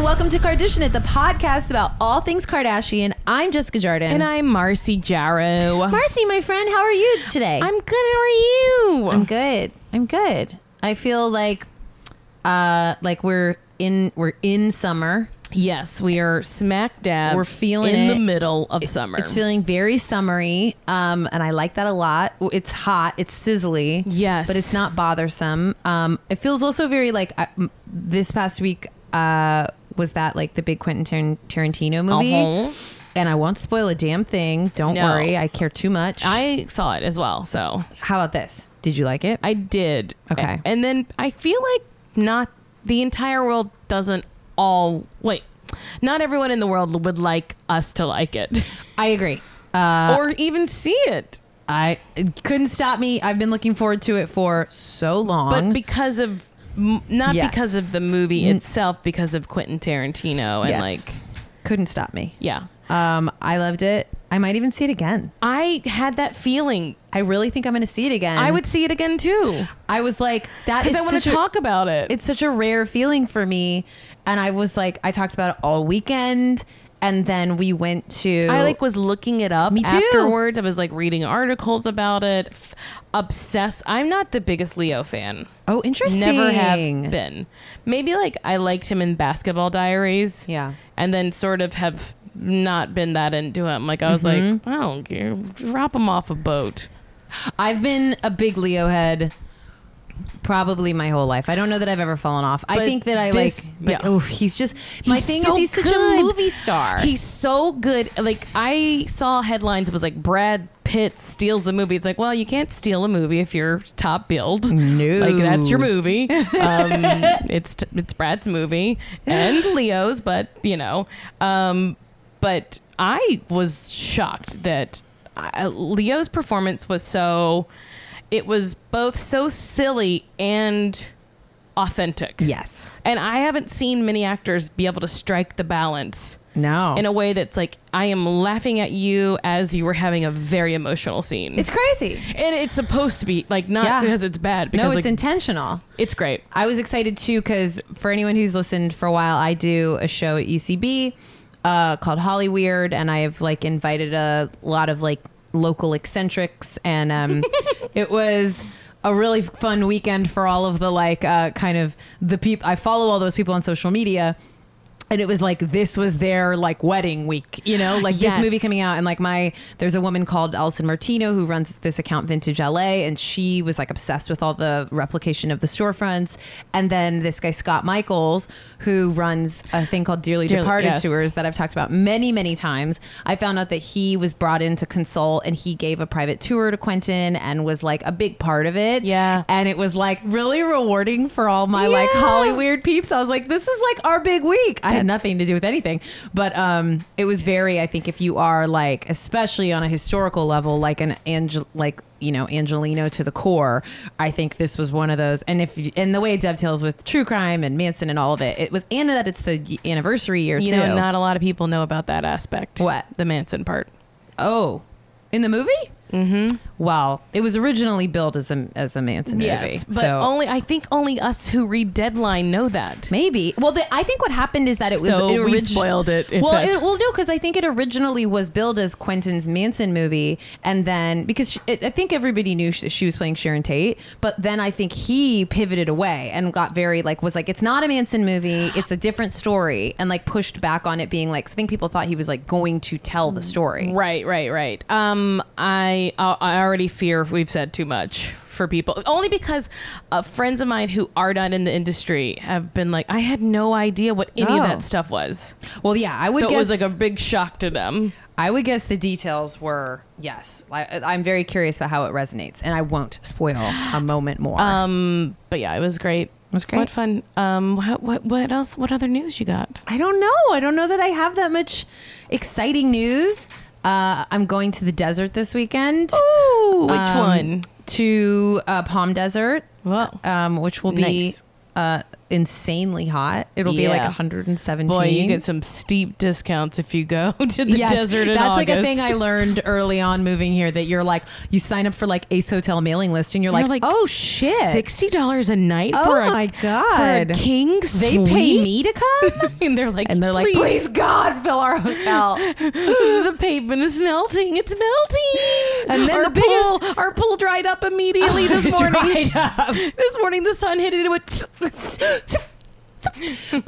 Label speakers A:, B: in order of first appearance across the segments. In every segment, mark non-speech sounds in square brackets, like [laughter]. A: welcome to Kardashian It, the podcast about all things Kardashian. I'm Jessica Jardin.
B: And I'm Marcy Jarrow.
A: [laughs] Marcy, my friend, how are you today?
B: I'm good. How are you?
A: I'm good. I'm good. I feel like uh like we're in we're in summer.
B: yes, we are smack dab.
A: We're feeling
B: in
A: it.
B: the middle of summer.
A: It's feeling very summery. Um and I like that a lot. It's hot, it's sizzly.
B: Yes.
A: But it's not bothersome. Um it feels also very like I, m- this past week uh was that like the big Quentin Tar- Tarantino movie?
B: Uh-huh.
A: And I won't spoil a damn thing. Don't
B: No.
A: worry. I care too much.
B: I saw it as well, so
A: How about this? Did you like it?
B: I did.
A: Okay.
B: And then I feel like not the entire world doesn't all wait. Not everyone in the world would like us to like it
A: I agree. Uh,
B: [laughs] or even see it.
A: I it couldn't stop me. I've been looking forward to it for so long.
B: but because of m- not
A: Yes.
B: because of the movie itself because of quentin tarantino and
A: Yes.
B: like
A: couldn't stop me.
B: yeah
A: Um, I loved it. I might even see it again.
B: i had that feeling
A: I really think I'm going to see it again.
B: i would see it again too
A: I was like, that is
B: because i want
A: such
B: to
A: a-
B: talk about it
A: it's such a rare feeling for me, and I was like, I talked about it all weekend, and then we went to.
B: I like was looking it up
A: Me too.
B: afterwards. I was like reading articles about it. F- obsessed. I'm not the biggest Leo fan.
A: Oh, interesting.
B: Never have been. Maybe like I liked him in Basketball Diaries.
A: Yeah.
B: And then sort of have not been that into him. Like I was like,
A: Mm-hmm.
B: I don't care. Drop him off a boat.
A: I've been a big Leo head probably my whole life. I don't know that I've ever fallen off. I
B: But
A: think that I
B: this-
A: like but
B: yeah.
A: oh, he's just my
B: He's
A: thing
B: so
A: is he's such a
B: good.
A: movie star.
B: He's so good. Like I saw headlines. It was like Brad Pitt steals the movie. It's like, well, you can't steal a movie if you're top billed.
A: No.
B: like that's
A: [laughs]
B: your movie. Um, it's it's Brad's movie and Leo's, but you know, um, but I was shocked that uh, Leo's performance was so. It was both so silly and authentic.
A: yes.
B: And I haven't seen many actors be able to strike the balance
A: No.
B: in a way that's like I am laughing at you as you were having a very emotional scene.
A: it's crazy.
B: and it's supposed to be like not
A: Yeah.
B: because it's bad because
A: No, it's
B: like,
A: intentional.
B: it's great.
A: I was excited too because for anyone who's listened for a while, I do a show at UCB uh, called Holly Weird, and I have like invited a lot of like local eccentrics, and um, it was a really fun weekend for all of the like uh, kind of the people. I follow all those people on social media. And it was like this was their like wedding week, you know, like
B: Yes.
A: this movie coming out, and like my there's a woman called Alison Martino who runs this account Vintage LA, and she was like obsessed with all the replication of the storefronts, and then this guy Scott Michaels who runs a thing called Dearly
B: Dearly-
A: Departed
B: yes.
A: tours that I've talked about many many times. I found out that he was brought in to consult, and he gave a private tour to Quentin and was like a big part of it.
B: Yeah.
A: and it was like really rewarding for all my like
B: Yeah.
A: Hollywood weird peeps. I was like, this is like our big week. I had nothing to do with anything, but um, it was very. I think if you are like, especially on a historical level, like an Angel, like you know Angelino to the core. I think this was one of those. And if and the way it dovetails with true crime and Manson and all of it, it was and that it's the anniversary year
B: You
A: too.
B: know, not a lot of people know about that aspect.
A: What?
B: the Manson part?
A: oh, in the movie. Mm-hmm. Well, it was originally billed as a as the Manson movie.
B: Yes, but
A: so.
B: only I think only us who read Deadline know that.
A: Maybe. Well, the, I think what happened is that it was
B: So
A: it
B: we spoiled it, if
A: well,
B: that's-
A: it, well, no, because I think it originally was billed as Quentin's Manson movie, and then because she, I I think everybody knew she, she was playing Sharon Tate, but then I think he pivoted away and got very like was like it's not a Manson movie, it's a different story, and like pushed back on it being like I think people thought he was like going to tell the story.
B: Right, right, right. Um, I I I already fear if we've said too much for people, only because uh, friends of mine who are not in the industry have been like, I had no idea what any
A: Oh.
B: of that stuff was.
A: Well, yeah, I would
B: So
A: guess
B: it was like a big shock to them.
A: I would guess the details were yes. I, I'm very curious about how it resonates, and I won't spoil a moment more.
B: Um, but yeah, it was great. It
A: was great.
B: What fun. Um, what, what what else? What other news you got?
A: I don't know. I don't know that I have that much exciting news. Uh, I'm going to the desert this weekend.
B: Ooh, which
A: Um,
B: one?
A: To uh, Palm Desert,
B: Well,
A: um, which will be
B: Nice.
A: uh, insanely hot. It'll be like
B: Yeah.
A: 117.
B: Boy, you get some steep discounts if you go [laughs] to the
A: Yes,
B: desert in
A: that's like a
B: August.
A: thing I learned early on moving here. That you're like, you sign up for like Ace Hotel mailing list, and you're,
B: You're
A: like,
B: like,
A: oh shit,
B: Sixty dollars a night.
A: Oh
B: for a,
A: my
B: For
A: God.
B: a king
A: they
B: suite?
A: pay me to come,
B: [laughs] and they're like,
A: and they're like, please God, fill our [laughs] hotel.
B: [laughs] the pavement is melting. It's melting.
A: And then
B: our
A: the biggest-
B: pool, our pool dried up
A: [laughs]
B: immediately this
A: It's
B: morning.
A: dried up.
B: This morning, the sun hit it with.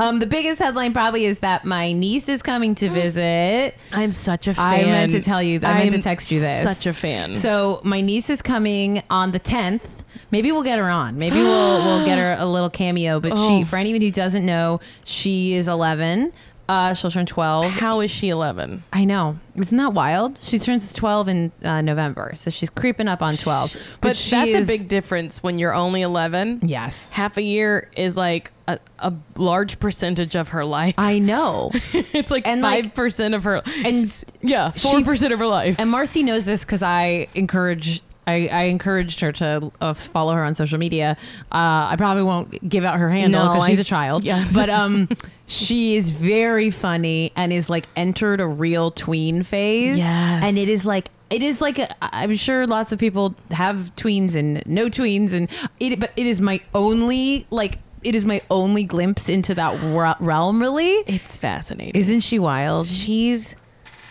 A: Um, the biggest headline probably is that my niece is coming to visit.
B: [laughs] I'm such a Oh, fan.
A: I meant to tell you. I meant
B: I'm
A: to text you this.
B: Such a fan.
A: So my niece is coming on the tenth. Maybe we'll get her on. Maybe we'll
B: [gasps]
A: we'll get her a little cameo. But she,
B: Oh.
A: for anyone who doesn't know, she is eleven. Uh, she'll turn twelve.
B: how is she 11?
A: I know. Isn't that wild? She turns twelve in uh, November, so she's creeping up on twelve.
B: But,
A: But, she
B: that's
A: is-
B: a big difference when you're only 11.
A: yes.
B: Half a year is like a, a large percentage of her life.
A: I know.
B: [laughs] it's like
A: And, like-
B: 5% of her
A: And
B: Yeah, 4% of her life.
A: And Marcy knows this because I encourage. I, I encouraged her to uh, follow her on social media. Uh, I probably won't give out her handle
B: No,
A: because she's
B: I-
A: a child.
B: Yeah. [laughs]
A: But um, she is very funny and is like entered a real tween phase.
B: Yes.
A: And it is like it is like a, I'm sure lots of people have tweens and no tweens and it. But it is my only like it is my only glimpse into that wor- realm. Really,
B: it's fascinating.
A: isn't she wild?
B: She's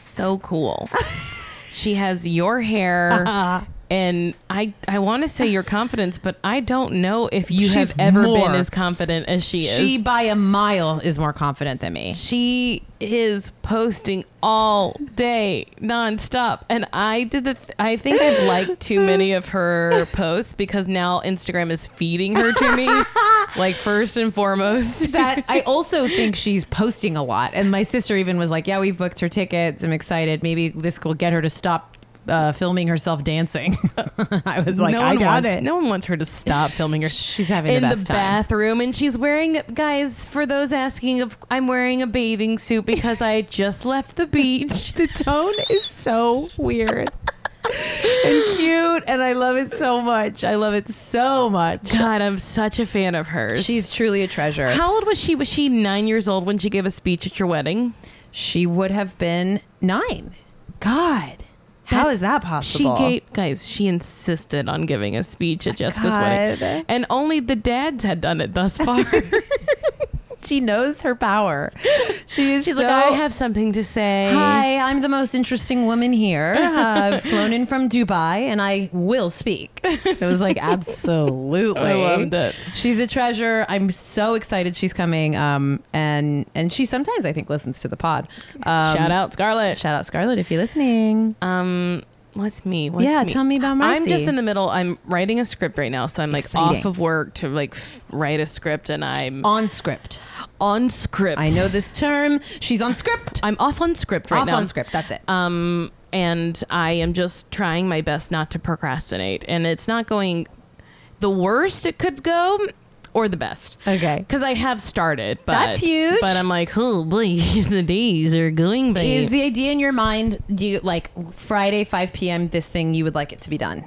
B: so cool.
A: [laughs]
B: she has your hair.
A: Uh-huh.
B: And I, I want to say your confidence, but I don't know if you
A: She's
B: have ever
A: more.
B: been as confident as she is.
A: She by a mile is more confident than me.
B: she is posting all day nonstop and i did the th- i think i've liked too many of her posts because now instagram is feeding her
A: [laughs]
B: to me like first and foremost
A: that I also think she's posting a lot. And my sister even was like, "Yeah, we booked her tickets. I'm excited. Maybe this will get her to stop uh, filming herself dancing." [laughs] I was like,
B: no
A: "I
B: one
A: doubt [laughs]
B: wants,
A: it."
B: no one wants her to stop filming her
A: She's having the
B: in
A: best time.
B: bathroom and she's wearing guys for those asking if i'm wearing a bathing suit because i just left the
A: [laughs]
B: beach
A: The tone is so weird and cute, and I love it so much. I love it so much.
B: god i'm such a fan of hers
A: She's truly a treasure.
B: how old was she was she nine years old when she gave a speech at your wedding
A: she would have been nine. God, how
B: That-
A: is that possible?
B: She gave guys. She insisted on giving a speech at Jessica's
A: God.
B: wedding, and only the dads had done it
A: [laughs]
B: thus far.
A: she knows her power. [laughs] She is.
B: She's
A: so
B: like, I have something to say.
A: Hi, I'm the most interesting woman [laughs] here. I've flown in from Dubai and I will speak. It was [laughs] like, absolutely.
B: I loved it.
A: She's a treasure. I'm so excited she's coming. Um, and, and she sometimes, I think, listens to the pod. Um,
B: Shout out Scarlett.
A: Shout out Scarlett if you're listening.
B: Um, what's me? What's
A: yeah, tell me about Marcy.
B: I'm just in the middle. I'm writing a script right now, so I'm like
A: Exciting.
B: off of work to like f- write a script, and I'm
A: on script.
B: on script.
A: I know this term. She's on script.
B: I'm off on script [laughs] right
A: Off
B: now.
A: on script. That's it.
B: um, and I am just trying my best not to procrastinate. And it's not going the worst it could go or the best.
A: Okay.
B: Because I have started, but
A: That's huge.
B: But I'm like, oh boy, [laughs] the days are going by.
A: Is the idea in your mind, do you like Friday, 5 p.m., this thing, you would like it to be done?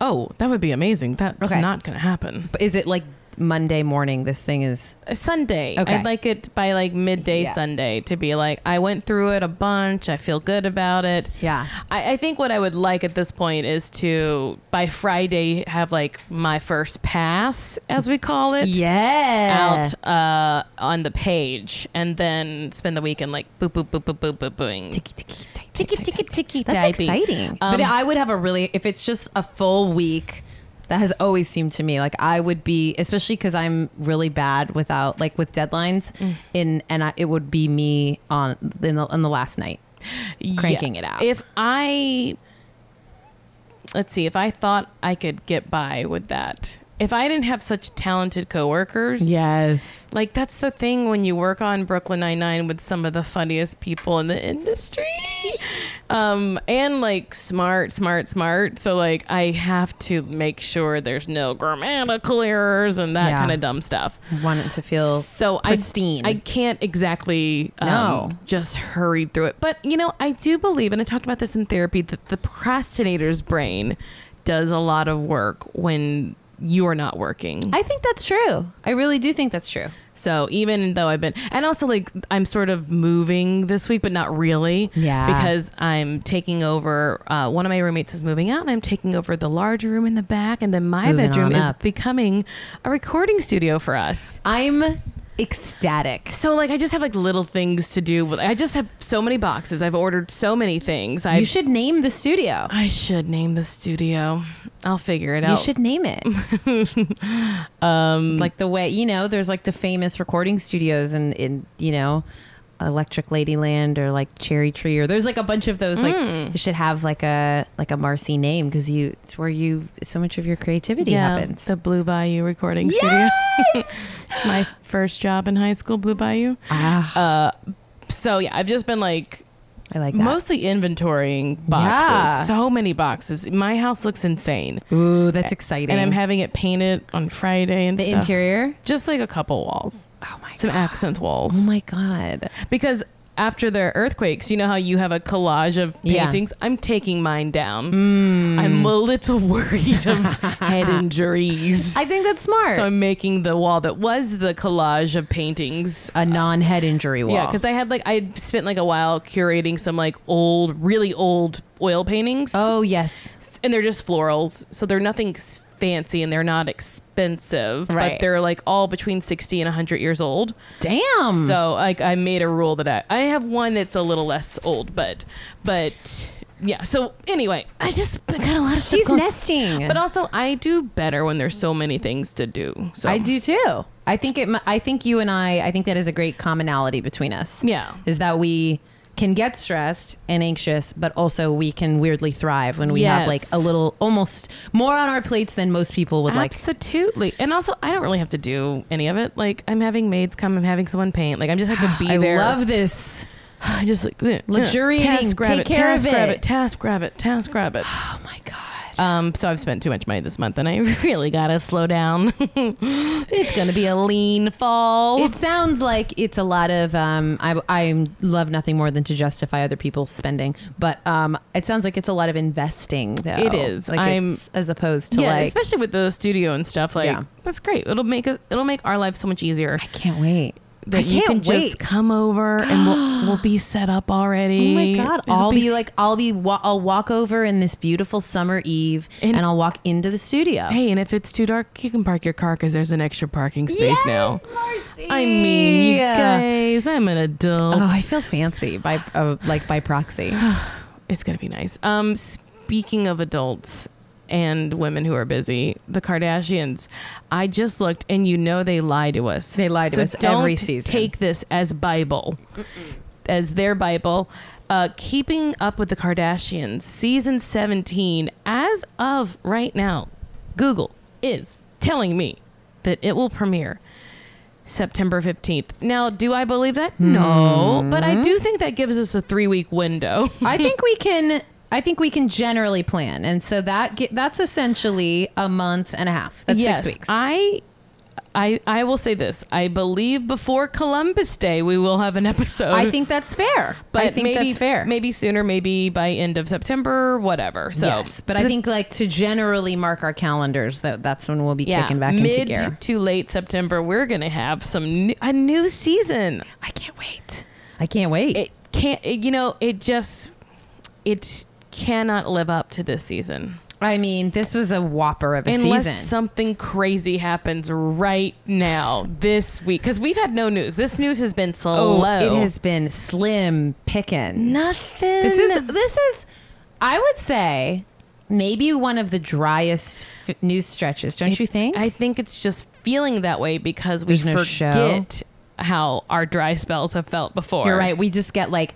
B: oh, that would be amazing. That's
A: Okay.
B: not going to happen.
A: But is it like Monday morning? This thing is
B: Uh, Sunday.
A: Okay.
B: I'd like it by like midday
A: Yeah.
B: Sunday to be like, I went through it a bunch. I feel good about it.
A: Yeah.
B: I, I think what I would like at this point is to by Friday have like my first pass, as we call it.
A: yeah
B: Out uh, on the page, and then spend the weekend like boop boop boop boop boop boop boing.
A: Ticky ticky ticky
B: Ticky ticky ticky.
A: That's
B: typey.
A: exciting.
B: Um,
A: but I would have a really if it's just a full week. That has always seemed to me like I would be, especially because I'm really bad without like with deadlines, in and I, it would be me on in the, on the last night. cranking it out.
B: If I let's see, if I thought I could get by with that, if I didn't have such talented coworkers,
A: Yes,
B: like that's the thing when you work on Brooklyn Nine Nine with some of the funniest people in the industry, um, and like smart, smart, smart. So like I have to make sure there's no grammatical errors and that
A: Yeah.
B: kind of dumb stuff.
A: wanted to feel
B: so
A: pristine.
B: I, I can't exactly um,
A: No.
B: just hurry through it. But you know, I do believe, and I talked about this in therapy, that the procrastinator's brain does a lot of work when you're not working.
A: I think that's true. I really do think that's true.
B: So even though I've been, and also like I'm sort of moving this week, but not really.
A: Yeah.
B: Because I'm taking over. Uh, one of my roommates is moving out, and I'm taking over the large room in the back, and then my
A: Moving
B: bedroom
A: on
B: is
A: up.
B: becoming a recording studio for us.
A: I'm ecstatic.
B: So like I just have like little things to do. With, I just have so many boxes. I've ordered so many things. I
A: you should name the studio.
B: I should name the studio. I'll figure it
A: You
B: out.
A: should name it.
B: [laughs]
A: um, like the way you know, there's like the famous recording studios in in you know, Electric Ladyland or like Cherry Tree or there's like a bunch of those.
B: Mm.
A: Like you should have like a like a Marcy name because you it's where you so much of your creativity happens.
B: the Blue Bayou recording [laughs]
A: yes.
B: studio. My first job in high school, Blue Bayou.
A: ah,
B: So yeah, I've just been like
A: I like that.
B: mostly inventorying boxes.
A: Yeah.
B: So many boxes. My house looks insane,
A: Ooh, that's exciting.
B: and I'm having it painted on Friday and
A: the
B: stuff.
A: interior.
B: Just like a couple walls,
A: Oh my
B: some accent walls.
A: Oh my god.
B: because after the earthquakes, you know how you have a collage of
A: Yeah. Mm.
B: paintings. I'm taking mine down. I'm a little [laughs]
A: [laughs]
B: worried of head injuries.
A: I think that's smart.
B: So I'm making the wall that was the collage of paintings.
A: a non-head injury wall.
B: Yeah, because I had like I spent like a while curating some like old, really old oil paintings,
A: oh yes,
B: and they're just florals, so they're nothing s- fancy and they're not expensive,
A: Right.
B: but they're like all between sixty and hundred years old.
A: damn.
B: So like I made a rule that I, I have one that's a little less old, but but yeah. So anyway, I just got a lot of stuff [laughs]
A: She's
B: going-
A: nesting.
B: But also, I do better when there's so many things to do. So
A: I do too. I think it. mi- I think you and I. I think that is a great commonality between us.
B: Yeah.
A: is that we can get stressed and anxious, but also we can weirdly thrive when we have
B: Yes.
A: like a little, almost more on our plates than most people would like.
B: Absolutely. and also, I don't really have to do any of it. Like, I'm having maids come, I'm having someone paint. Like, I'm just
A: [gasps]
B: have to be
A: I
B: there.
A: love this.
B: I'm [sighs] just like, ugh, ugh.
A: Luxuriating.
B: Task grab
A: Take
B: it,
A: care of
B: task grab
A: it.
B: it, task grab it, task grab [sighs] it.
A: Oh my god.
B: Um, so I've spent too much money this month, and I [laughs] really gotta slow down. [laughs] it's gonna be a lean fall.
A: It sounds like it's a lot of. Um, I I love nothing more than to justify other people's spending, but um, it sounds like it's a lot of investing. Though
B: It is.
A: Like
B: I'm-
A: it's- as opposed to
B: yeah,
A: like.
B: especially with the studio and stuff. Like,
A: Yeah.
B: that's great. It'll make us it'll make our life so much easier.
A: I can't wait.
B: That
A: I
B: you can
A: can't wait.
B: just come over and we'll, we'll be set up [gasps]
A: Oh
B: already.
A: my god!
B: It'll
A: I'll be,
B: s-
A: like, I'll be, wa- I'll walk over in this beautiful summer eve, and,
B: And-
A: I'll walk into the studio.
B: Hey, and if it's too dark, you can park your car because there's an extra parking space
A: Yes,
B: now.
A: Marcy!
B: I mean, you guys, I'm an adult.
A: Oh, I feel fancy by uh, like by [sighs] proxy.
B: it's gonna be nice. Um, speaking of adults and women who are busy, the Kardashians. I just looked, and you know they lie to us.
A: They lie to
B: So
A: us every
B: don't
A: season.
B: Take this as Bible, as their Bible. Uh, keeping up with the Kardashians, season seventeen, as of right now, Google is telling me that it will premiere September 15th. Now, do I believe that? No, but I
A: Hmm.
B: do think that gives us a 3-week window. [laughs]
A: I think we can. I think we can generally plan, and so that ge- that's essentially a month and a half. That's
B: yes,
A: six weeks.
B: I I I will say this. I believe before Columbus Day we will have an [laughs] episode.
A: I think that's fair.
B: but
A: I think
B: maybe,
A: that's fair.
B: Maybe sooner, maybe by end of September, whatever. So
A: yes, but I think like to generally mark our calendars, that that's when we'll be
B: yeah,
A: kicking back
B: mid
A: into gear.
B: to late September, we're gonna have some new, a new season.
A: I can't wait. I can't wait.
B: It can't, it- you know, it just it cannot live up to this season.
A: I mean, this was a whopper of a
B: Unless
A: season.
B: something crazy happens right now this week, because we've had no news. This news has been slow.
A: Oh, it has been slim pickings.
B: Nothing.
A: This is this is, I would say, maybe one of the driest f- news stretches. Don't you think?
B: I think it's just feeling that way because we
A: There's no
B: forget how our dry spells have felt before.
A: You're right. We just get like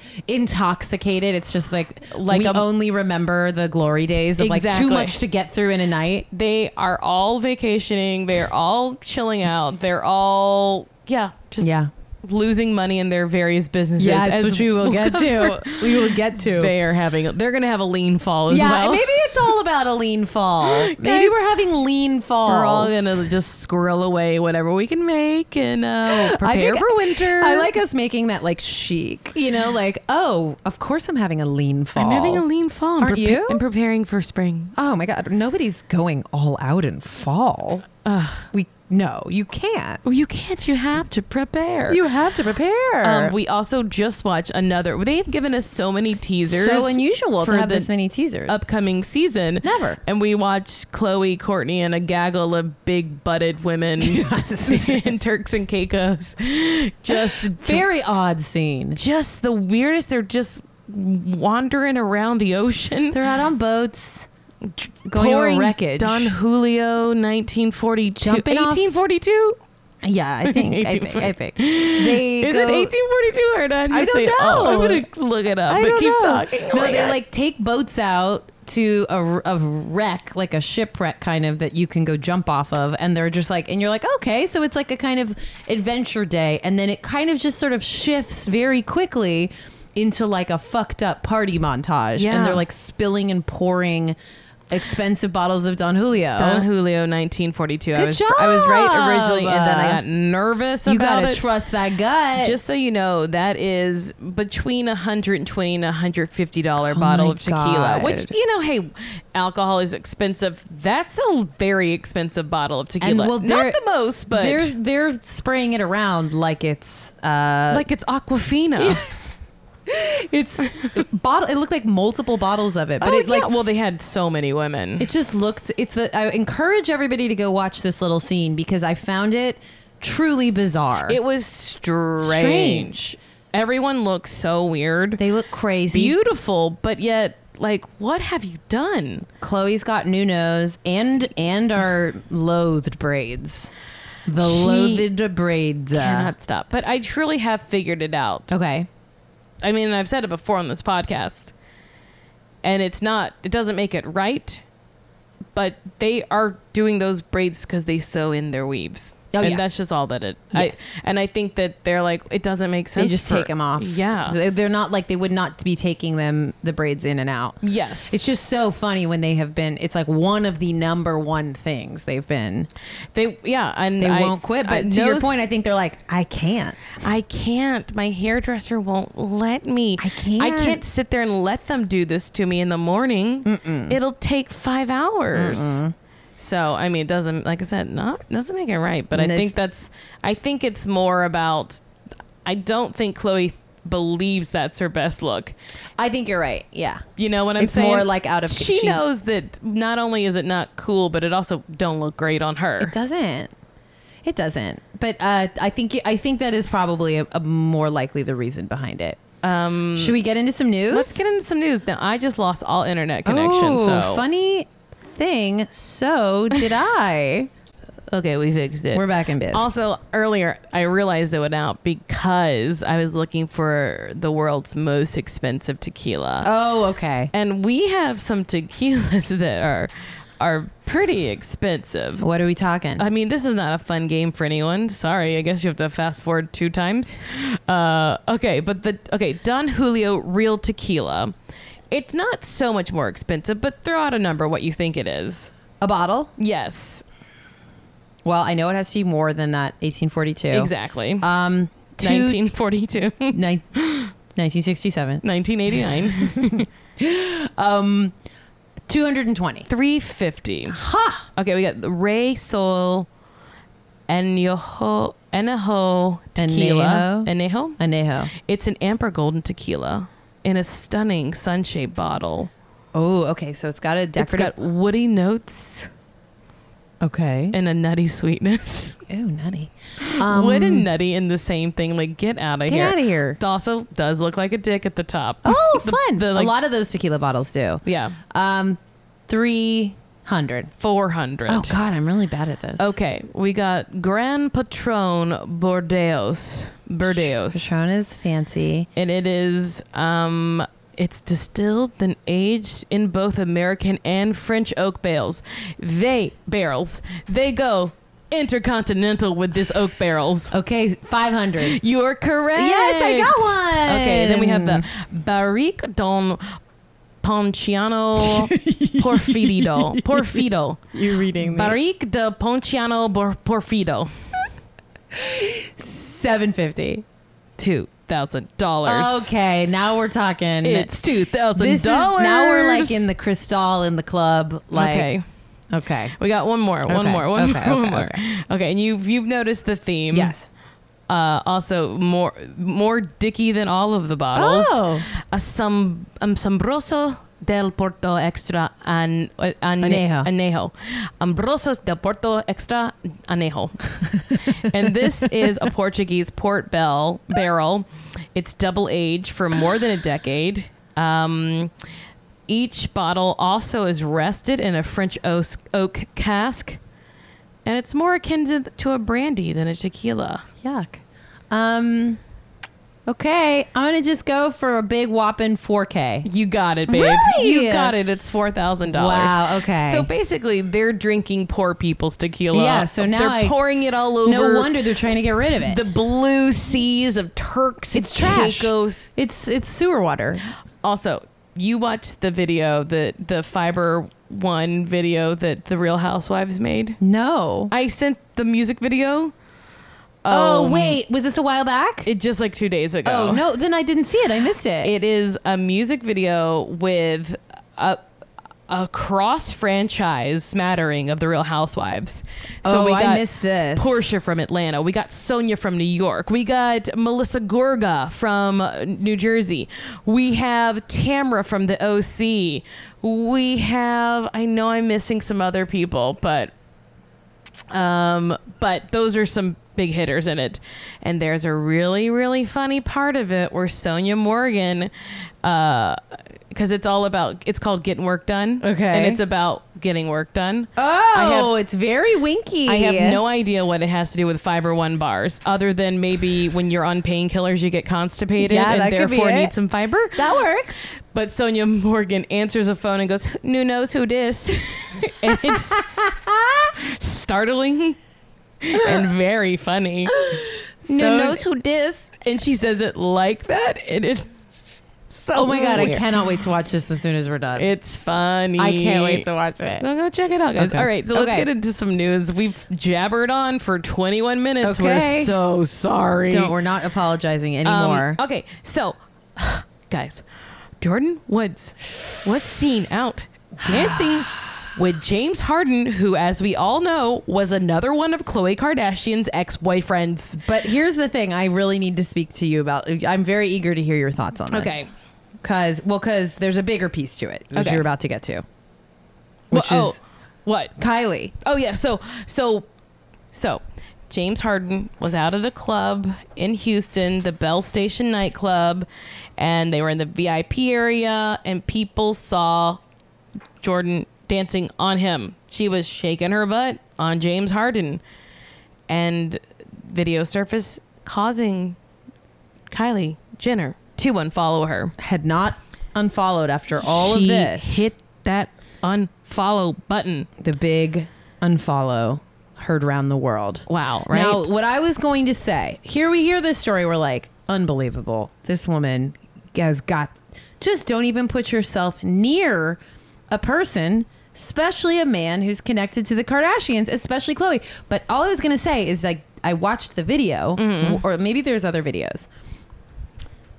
A: intoxicated. It's just like like
B: Like
A: we
B: a-
A: only remember the glory days of like too
B: Exactly.
A: much to get through in a night.
B: They are all vacationing. They're all chilling out. They're all yeah. Just
A: Yeah.
B: losing money in their various businesses.
C: Yes,
B: as
C: which we will
B: [laughs]
C: get to. We will get to.
B: They are having. They're going to have a lean fall as
A: yeah,
B: well.
A: maybe it's all about a lean fall. maybe
B: Guys,
A: we're having lean falls.
B: [laughs] We're all gonna just squirrel away whatever we can make and uh,
A: [gasps] I
B: prepare
A: think-
B: for winter.
A: I like us making that like chic. You know, like oh, of course I'm having a lean fall.
B: I'm having a lean fall. I'm
A: Aren't
B: prepa-
A: you?
B: I'm preparing for spring.
A: Oh my god, nobody's going all out in fall. we no, you can't.
B: Well, you can't. You have to prepare.
A: You have to prepare.
B: um, we also just watched another. They've given us so many teasers.
A: so unusual
B: for
A: to have
B: the
A: this many teasers.
B: upcoming season.
A: Never.
B: And we watched Chloe, Courtney, and a gaggle of big
A: [laughs]
B: butted women [laughs] in Turks and Caicos.
A: [laughs] [laughs]
B: Just
A: Very odd scene.
B: just the weirdest. They're just wandering around the ocean.
A: They're out on boats, going over
B: Pouring
A: wreckage.
B: Don Julio, 1942.
A: Jumping off-
B: 1842?
A: yeah,
B: [laughs]
A: I think. I think. I think. They
B: Is
A: go,
B: it 1842 or not?
A: I
B: You
A: don't
B: say- oh, I'm
A: know.
B: going to look it up,
A: I
B: but
A: don't
B: keep
A: know.
B: talking. Oh
A: No,
B: my
A: they
B: God.
A: like take boats out to a, a wreck, like a shipwreck kind of that you can go jump off of. And they're just like, and you're like, okay, so it's like a kind of adventure day. And then it kind of just sort of shifts very quickly into like a fucked up party montage.
B: Yeah.
A: And they're like spilling and pouring expensive bottles of Don Julio.
B: Don Julio, 1942. I
A: Good
B: was, I was
A: job.
B: right originally, and then I got nervous
A: you
B: about
A: gotta
B: it.
A: trust that gut.
B: Just so you know, that is between 120 and 150 dollar bottle
A: Oh my
B: of tequila,
A: God.
B: which you know, hey, alcohol is expensive. That's a very expensive bottle of tequila.
A: they're-
B: Not the most, but
A: they're they're spraying it around like it's uh,
B: like it's
A: [laughs]
B: Aquafina.
A: It's bottle. It looked like multiple bottles of it, but
B: oh,
A: it like
B: yeah. well, they had so many women.
A: it just looked. It's the. I encourage everybody to go watch this little scene because I found it truly bizarre.
B: It was strange.
A: Strange.
B: Everyone looks so weird.
A: they look crazy.
B: Beautiful, but yet, like, what have you done?
A: Chloe's got new nose and and our loathed braids. The
B: She
A: loathed braids.
B: Cannot stop. But I truly have figured it out.
A: Okay.
B: I mean, I've said it before on this podcast, and it's not, it doesn't make it right, but they are doing those braids because they sew in their weaves.
A: Oh,
B: and
A: yes.
B: that's just all that it.
A: Yes.
B: I, and I think that they're like, it doesn't make sense.
A: They just
B: for-
A: take them off.
B: Yeah.
A: They- They're not like they would not be taking them the braids in and out.
B: yes.
A: It's just so funny when they have been. It's like one of the number one things they've been.
B: they, yeah. And
A: they
B: I-
A: won't quit. But
B: I-
A: to
B: no
A: your
B: s-
A: point, I think they're like, I can't.
B: I can't. My hairdresser won't let me.
A: I can't.
B: I can't sit there and let them do this to me in the morning. It'll take five hours. So I mean, it doesn't. Like I said, not doesn't make it right. But I
A: And it's-
B: think that's. I think it's more about. I don't think Chloe believes that's her best look.
A: I think you're right. Yeah.
B: You know what I'm
A: It's
B: saying?
A: more like out of-
B: She,
A: she-
B: knows that not only is it not cool, but it also don't look great on her.
A: It doesn't. It doesn't. But uh, I think I think that is probably a, a more likely the reason behind it. Um, Should we get into some news?
B: Let's get into some news now. I just lost all internet connection.
A: Oh,
B: so
A: funny thing. So [laughs] did I.
B: Okay, we fixed it.
A: We're back in biz.
B: Also, earlier I realized it went out because I was looking for the world's most expensive tequila,
A: oh, okay.
B: and we have some tequilas [laughs] that are are pretty expensive.
A: What are we talking?
B: I mean, this is not a fun game for anyone. Sorry, I guess you have to fast forward two times. Uh, okay, but the okay Don Julio Real Tequila. It's not so much more expensive, but throw out a number what you think it is.
A: a bottle?
B: Yes,
A: Well, I know it has to be more than that. 1842.
B: exactly.
A: Um, two,
B: [laughs] 1942.
A: nine- [gasps] [laughs] 1967.
B: 1989
A: Um, 220.
B: 350
A: Ha!
B: okay we got the ray sol añejo añejo tequila
A: Añejo.
B: añejo
A: Anejo.
B: it's an amber golden tequila in a stunning sun-shaped bottle
A: Oh, okay. So it's got a
B: it's
A: decorative.
B: got woody notes
A: okay.
B: and a nutty sweetness
A: Oh,
B: [gasps]
A: nutty.
B: wood and nutty in the same thing like get out
A: Um,
B: of
A: Get
B: here
A: out of here.
B: it also does look like a dick at the top
A: Oh,
B: [laughs] The-
A: fun.
B: the, like-
A: a lot of those tequila bottles do.
B: yeah
A: Um, 300.
B: 400
A: Oh, God. I'm really bad at this.
B: Okay, we got Grand Patron Bordeaux. Bordeaux.
A: Patron is fancy.
B: And it is um it's distilled and aged in both American and French oak barrels. They barrels. They go intercontinental with this oak barrels.
A: Okay, 500.
B: You're correct.
A: Yes, I got one.
B: Okay, then we have the Barrique Don
A: [laughs]
B: Ponciano Porfido. Porfido.
C: You reading the
B: Barrique de Ponciano Bor- Porfido.
A: 750.
B: Two thousand dollars.
A: Okay, now we're talking.
B: It's two thousand
A: this is
B: dollars.
A: now we're like in the crystal in the club. Like,
B: Okay.
A: okay, okay,
B: We got one more, one
A: Okay,
B: more, one [laughs]
A: okay,
B: more, one
A: okay,
B: more. Okay. and you've you've noticed the theme.
A: yes.
B: Uh, also, more more dicky than all of the bottles.
A: Oh.
B: A som, um, sombroso del Porto Extra an, uh, ane-
A: Anejo.
B: Anejo. Ambrosos del Porto Extra Anejo. and [laughs] this is a Portuguese port bell barrel. It's double aged for more than a decade. Um, each bottle also is rested in a French os- oak cask, and it's more akin to, to a brandy than a tequila.
A: Yuck. Um. Okay, I'm gonna just go for a big whopping 4K.
B: You got it, babe.
A: Really?
B: You got it. It's four thousand dollars.
A: Wow, okay.
B: So basically, they're drinking poor people's tequila.
A: Yeah, so now
B: they're
A: I-
B: pouring it all over.
A: No wonder they're trying to get rid of it.
B: the blue seas of Turks. and
A: It's trash.
B: Caicos.
A: it's it's sewer water.
B: Also, you watched the video, the the fiber one video that the Real Housewives made.
A: No.
B: I sent the music video.
A: oh
B: Um,
A: wait, was this a while back?
B: it just like two days ago.
A: oh no, then I didn't see it. I missed it.
B: It is a music video with a a cross franchise smattering of the Real Housewives.
A: Oh, I missed this.
B: Portia from Atlanta. We got Sonia from New York. We got Melissa Gorga from uh, New Jersey. We have Tamra from the OC. We have I know I'm missing some other people, but um, but those are some big hitters in it. And there's a really, really funny part of it where Sonia Morgan, because it's all about, it's called Getting Work Done.
A: Okay.
B: And it's about getting work done.
A: oh, it's very winky.
B: I have no idea what it has to do with fiber one bars, other than maybe when you're on painkillers, you get constipated
A: Yeah,
B: and
A: that could be
B: therefore
A: it.
B: need some fiber.
A: That works.
B: But Sonia Morgan answers a phone and goes, "Who knows who dis?" [laughs] and
A: [laughs]
B: it's startling and very funny. Who knows who dis? And she says it like that, and it's so.
A: Oh my god, I
B: weird.
A: cannot wait to watch this as soon as we're done.
B: It's funny.
A: I can't wait to watch it.
B: So go check it out, guys.
A: Okay.
B: All right, so let's
A: Okay.
B: get into some news. We've jabbered on for 21 minutes.
A: Okay.
B: We're so sorry.
A: Don't. We're not apologizing
B: Um,
A: anymore.
B: okay, so [sighs] guys, Jordan Woods was seen out [sighs] dancing with James Harden, who, as we all know, was another one of Khloe Kardashian's ex-boyfriends.
A: but here's the thing: I really need to speak to you about. I'm very eager to hear your thoughts on this.
B: Okay.
A: Because well, because there's a bigger piece to it, which
B: Okay.
A: you're about to get to,
B: Well,
A: which
B: oh,
A: is
B: what?
A: Kylie.
B: Oh yeah, so so so James Harden was out at a club in Houston, the Bell Station nightclub, and they were in the VIP area and people saw Jordan dancing on him. She was shaking her butt on James Harden. And video surfaced causing Kylie Jenner to unfollow her.
A: Had not unfollowed after all
B: She
A: of this.
B: hit that unfollow button.
A: the big unfollow heard round the world.
B: Wow, right?
A: Now, what I was going to say, here we hear this story, we're like, unbelievable. This woman has got, just don't even put yourself near a person, especially a man who's connected to the Kardashians, especially Chloe. But all I was going to say is like, I watched the video, or maybe there's other videos,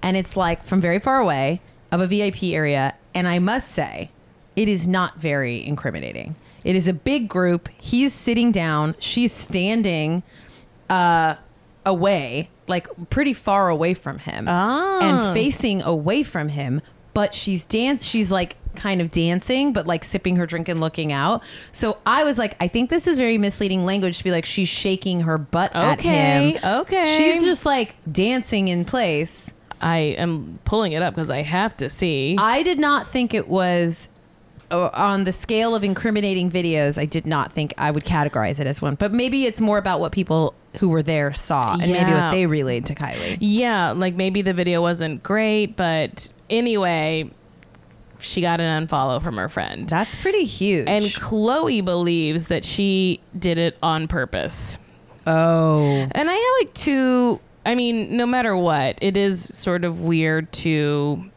A: and it's like from very far away of a VIP area. And I must say, it is not very incriminating. It is a big group. He's sitting down, she's standing uh, away, like pretty far away from him,
B: Ah.
A: and facing away from him. But she's dance. She's like kind of dancing, but like sipping her drink and looking out. So I was like, I think this is very misleading language to be like she's shaking her butt at
B: Okay,
A: him.
B: okay.
A: she's just like dancing in place.
B: I am pulling it up because I have to see.
A: I did not think it was uh, on the scale of incriminating videos. I did not think I would categorize it as one, but maybe it's more about what people who were there saw and maybe
B: Yeah.
A: what they relayed to Kylie.
B: yeah, like maybe the video wasn't great, but anyway, she got an unfollow from her friend.
A: That's pretty huge.
B: And Chloe believes that she did it on purpose.
C: Oh.
B: And I have like two. I mean, no matter what, it is sort of weird to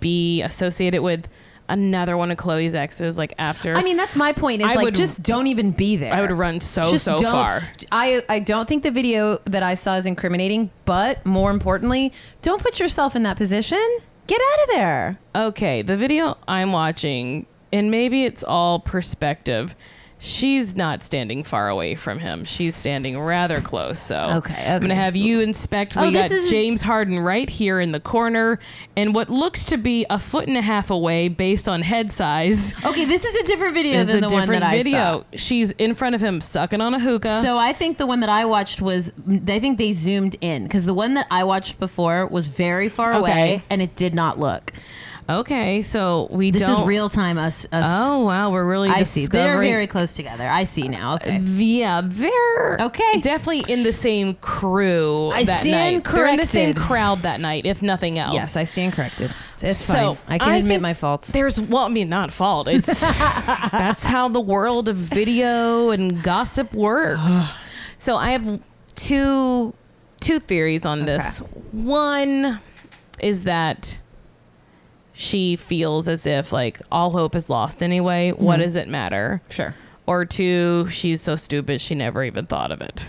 B: be associated with another one of Chloe's exes. Like after,
A: I mean, that's my point. Is
B: I
A: like
B: would-
A: just don't even be there.
B: I would run so so
A: don't,
B: far.
A: I I don't think the video that I saw is incriminating, but more importantly, don't put yourself in that position. Get out of there.
B: Okay, the video I'm watching, and maybe it's all perspective. She's not standing far away from him. She's standing rather close. So
A: Okay,
B: I'm gonna
A: okay.
B: have you inspect.
A: Oh,
B: we
A: this
B: got
A: is-
B: James Harden right here in the corner, and what looks to be a foot and a half away based on head size.
A: Okay, this is a different video
B: is
A: than
B: a
A: the one
B: different
A: that
B: video.
A: I saw.
B: She's in front of him sucking on a hookah.
A: So I think the one that I watched was mm, I think they zoomed in because the one that I watched before was very far away
B: Okay.
A: and it did not look.
B: okay, so we
A: This
B: don't.
A: is real time. Us. us
B: Oh wow, we're really.
A: I see. Uh, They're
B: discovering-
A: very close together. I see now. Okay.
B: Yeah, they're
A: Okay.
B: Definitely in the same crew.
A: I
B: that
A: stand
B: night. They're in the same
A: corrected.
B: crowd that night, if nothing else.
A: Yes, I stand corrected. It's
B: So,
A: fine. I can
B: I
A: admit
B: think
A: my faults.
B: There's well, I mean, not
A: [laughs]
B: fault. It's that's how the world of video and gossip
A: [sighs]
B: works. so I have two two theories on this. One is that she feels as if like all hope is lost anyway. What does it matter?
A: Mm-hmm. Sure.
B: Or two, she's so stupid she never even thought of it.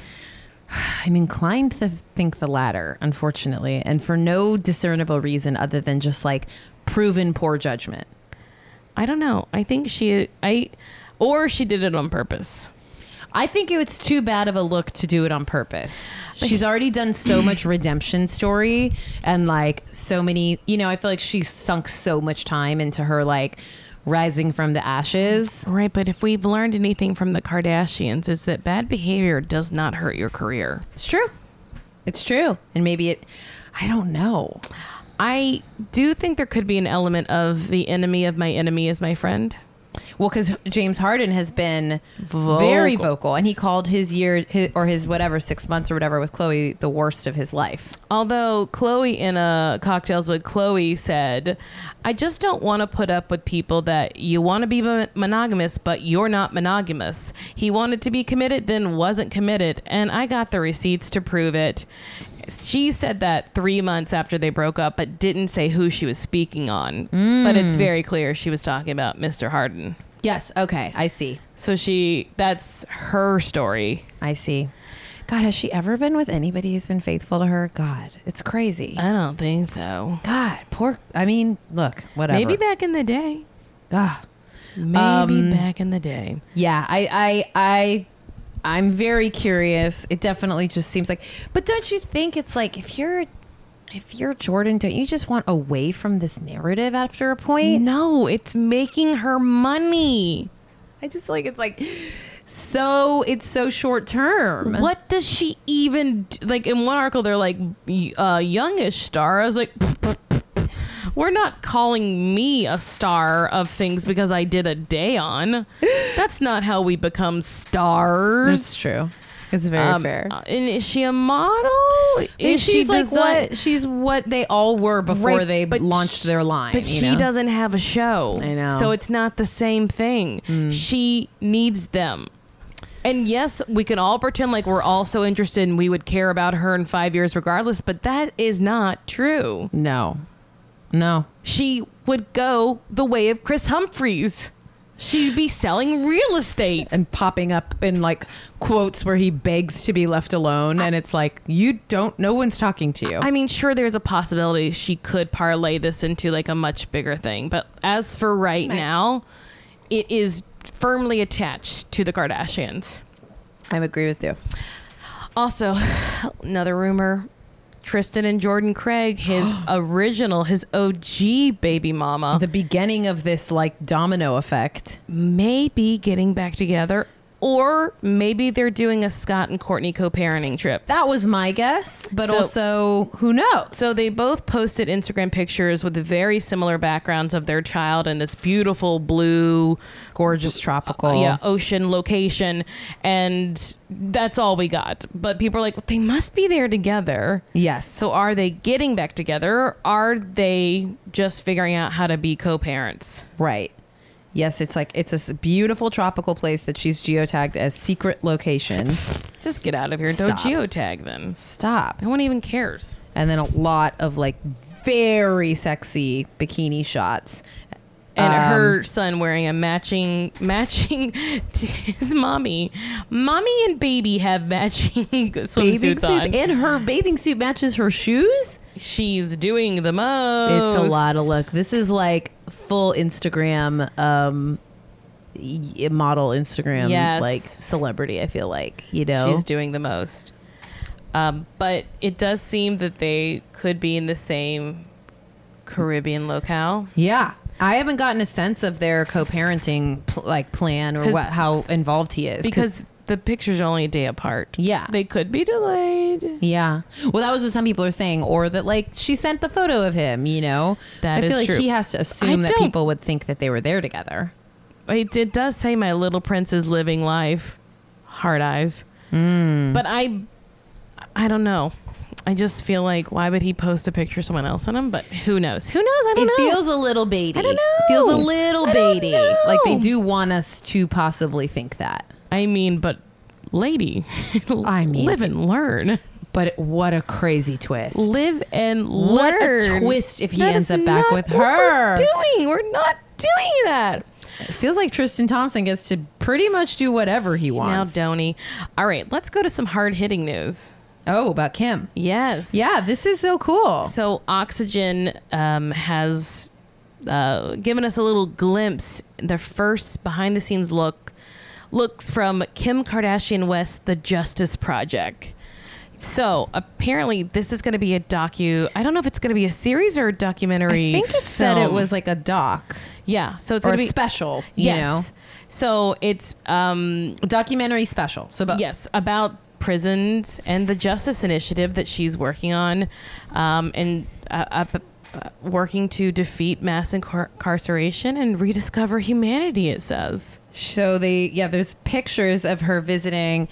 A: I'm inclined to think the latter, unfortunately, and for no discernible reason other than just like proven poor judgment.
B: I don't know. I think she I or she did it on purpose.
A: I think it's too bad of a look to do it on purpose. She's already done [clears throat] so much redemption story and like so many, you know, I feel like she's sunk so much time into her like rising from the ashes.
B: Right, but if we've learned anything from the Kardashians is that bad behavior does not hurt your career.
A: It's true. It's true. And maybe it, I don't know.
B: I do think there could be an element of the enemy of my enemy is my friend.
A: Well, because James Harden has been very vocal, and he called his year his, or his whatever six months or whatever with Chloe the worst of his life.
B: Although Chloe in a cocktails with Chloe said, "I just don't want to put up with people that you want to be mon- monogamous, but you're not monogamous." He wanted to be committed, then wasn't committed, and I got the receipts to prove it. She said that three months after they broke up, but didn't say who she was speaking on. But it's very clear she was talking about Mr. Harden.
A: Yes. Okay. I see.
B: So she—that's her story.
A: I see. God, has she ever been with anybody who's been faithful to her? God, it's crazy.
B: I don't think so.
A: God, poor. I mean, look, whatever.
B: Maybe back in the day.
A: Ah.
B: Maybe
A: Um,
B: back in the day.
A: Yeah, I, I, I, I'm very curious. It definitely just seems like. But don't you think it's like if you're, if you're Jordan, don't you just want away from this narrative after a point?
B: No, it's making her money.
A: I just like it's like, so it's so short term.
B: What does she even d- like? In one article, they're like y- uh, youngish star. I was like, [laughs] we're not calling me a star of things because I did a
A: [laughs]
B: day on. That's not how we become stars.
A: That's true. It's very
B: Um,
A: fair.
B: uh, And is she a model?
A: And
B: Is she
A: she's like
B: design-
A: what she's what they all were before
B: Right,
A: they
B: but
A: launched
B: sh-
A: their line.
B: But
A: you
B: she
A: know?
B: doesn't have a show.
A: I know. Hmm.
B: So it's not the same thing. She needs them. And yes, we can all pretend like we're all so interested and we would care about her in five years regardless, but that is not true.
A: No, no.
B: She would go the way of Chris Humphreys. She'd be selling real estate.
C: And popping up in like quotes where he begs to be left alone. and it's like, you don't, no one's talking to you.
B: I mean, sure, there's a possibility she could parlay this into like a much bigger thing. But as for right now, it is firmly attached to the Kardashians.
A: I agree with you.
B: Also, [sighs] another rumor Tristan and Jordan Craig, [gasps] his original, his OG baby mama,
A: The beginning of this like domino effect.
B: may be getting back together Or maybe they're doing a Scott and Courtney co parenting trip.
A: That was my guess, but
B: So-
A: also who knows?
B: So they both posted Instagram pictures with very similar backgrounds of their child in this beautiful blue,
A: gorgeous tropical.
B: yeah, ocean location, and that's all we got. But people are like, well, they must be there together.
A: Yes.
B: So are they getting back together? Are they just figuring out how to be co-parents?
A: right. Yes, it's like it's a s- beautiful tropical place that she's geotagged as secret location.
B: Just get out of here.
A: Stop.
B: Don't geotag them.
A: Stop.
B: No one even cares.
A: And then a lot of like very sexy bikini shots.
B: And
A: Um,
B: her son wearing a matching [laughs] matching to his mommy. Mommy and baby have matching [laughs] swimsuits
A: bathing suits
B: on.
A: and her bathing suit matches her shoes.
B: She's doing the most.
A: It's a lot of look. This is like full Instagram um y- model Instagram
B: Yes.
A: like celebrity, I feel like, you know.
B: She's doing the most. Um, but it does seem that they could be in the same Caribbean locale.
A: yeah. I haven't gotten a sense of their co-parenting pl- like plan or
B: 'Cause-
A: what how involved he is 'Cause-
B: because the pictures are only a day apart.
A: Yeah.
B: They could be delayed.
A: yeah. Well, that was what some people are saying or that like she sent the photo of him, you know.
B: That
A: I
B: is
A: feel like
B: true.
A: he has to assume that
B: don't-
A: people would think that they were there together.
B: It, it does say my little prince is living life. Hard eyes.
A: Hmm.
B: But I I don't know. I just feel like why would he post a picture of someone else on him? But who knows? Who knows? I don't
A: It
B: know.
A: feels a little baity.
B: I don't know.
A: Feels a little
B: I don't
A: baity.
B: know.
A: Like they do want us to possibly think that.
B: I mean, but lady,
A: I mean-
B: live and learn.
A: But what a crazy twist.
B: Live and learn.
A: What a twist if he
B: That
A: ends
B: is
A: up back
B: not
A: with
B: what
A: her.
B: We're doing. We're not doing that.
A: It feels like Tristan Thompson gets to pretty much do whatever he wants.
B: Now, Donny. All right, let's go to some hard hitting news.
A: Oh, about Kim.
B: Yes.
A: Yeah, this is so cool.
B: So Oxygen um, has uh, given us a little glimpse, the first behind the scenes look, looks from Kim Kardashian West, The Justice Project. So apparently, this is going to be a docu. I don't know if it's going to be a series or a documentary.
A: I think it said it
B: film.
A: was like a doc
B: Yeah. So it's
A: or
B: going
A: a
B: to be
A: special, you
B: Yes. So it's um
A: know, documentary special. So about
B: yes about prisons and the justice initiative that she's working on, um, and uh, up, uh, working to defeat mass incar- incarceration and rediscover humanity. It says.
A: So they, yeah, there's pictures of her visiting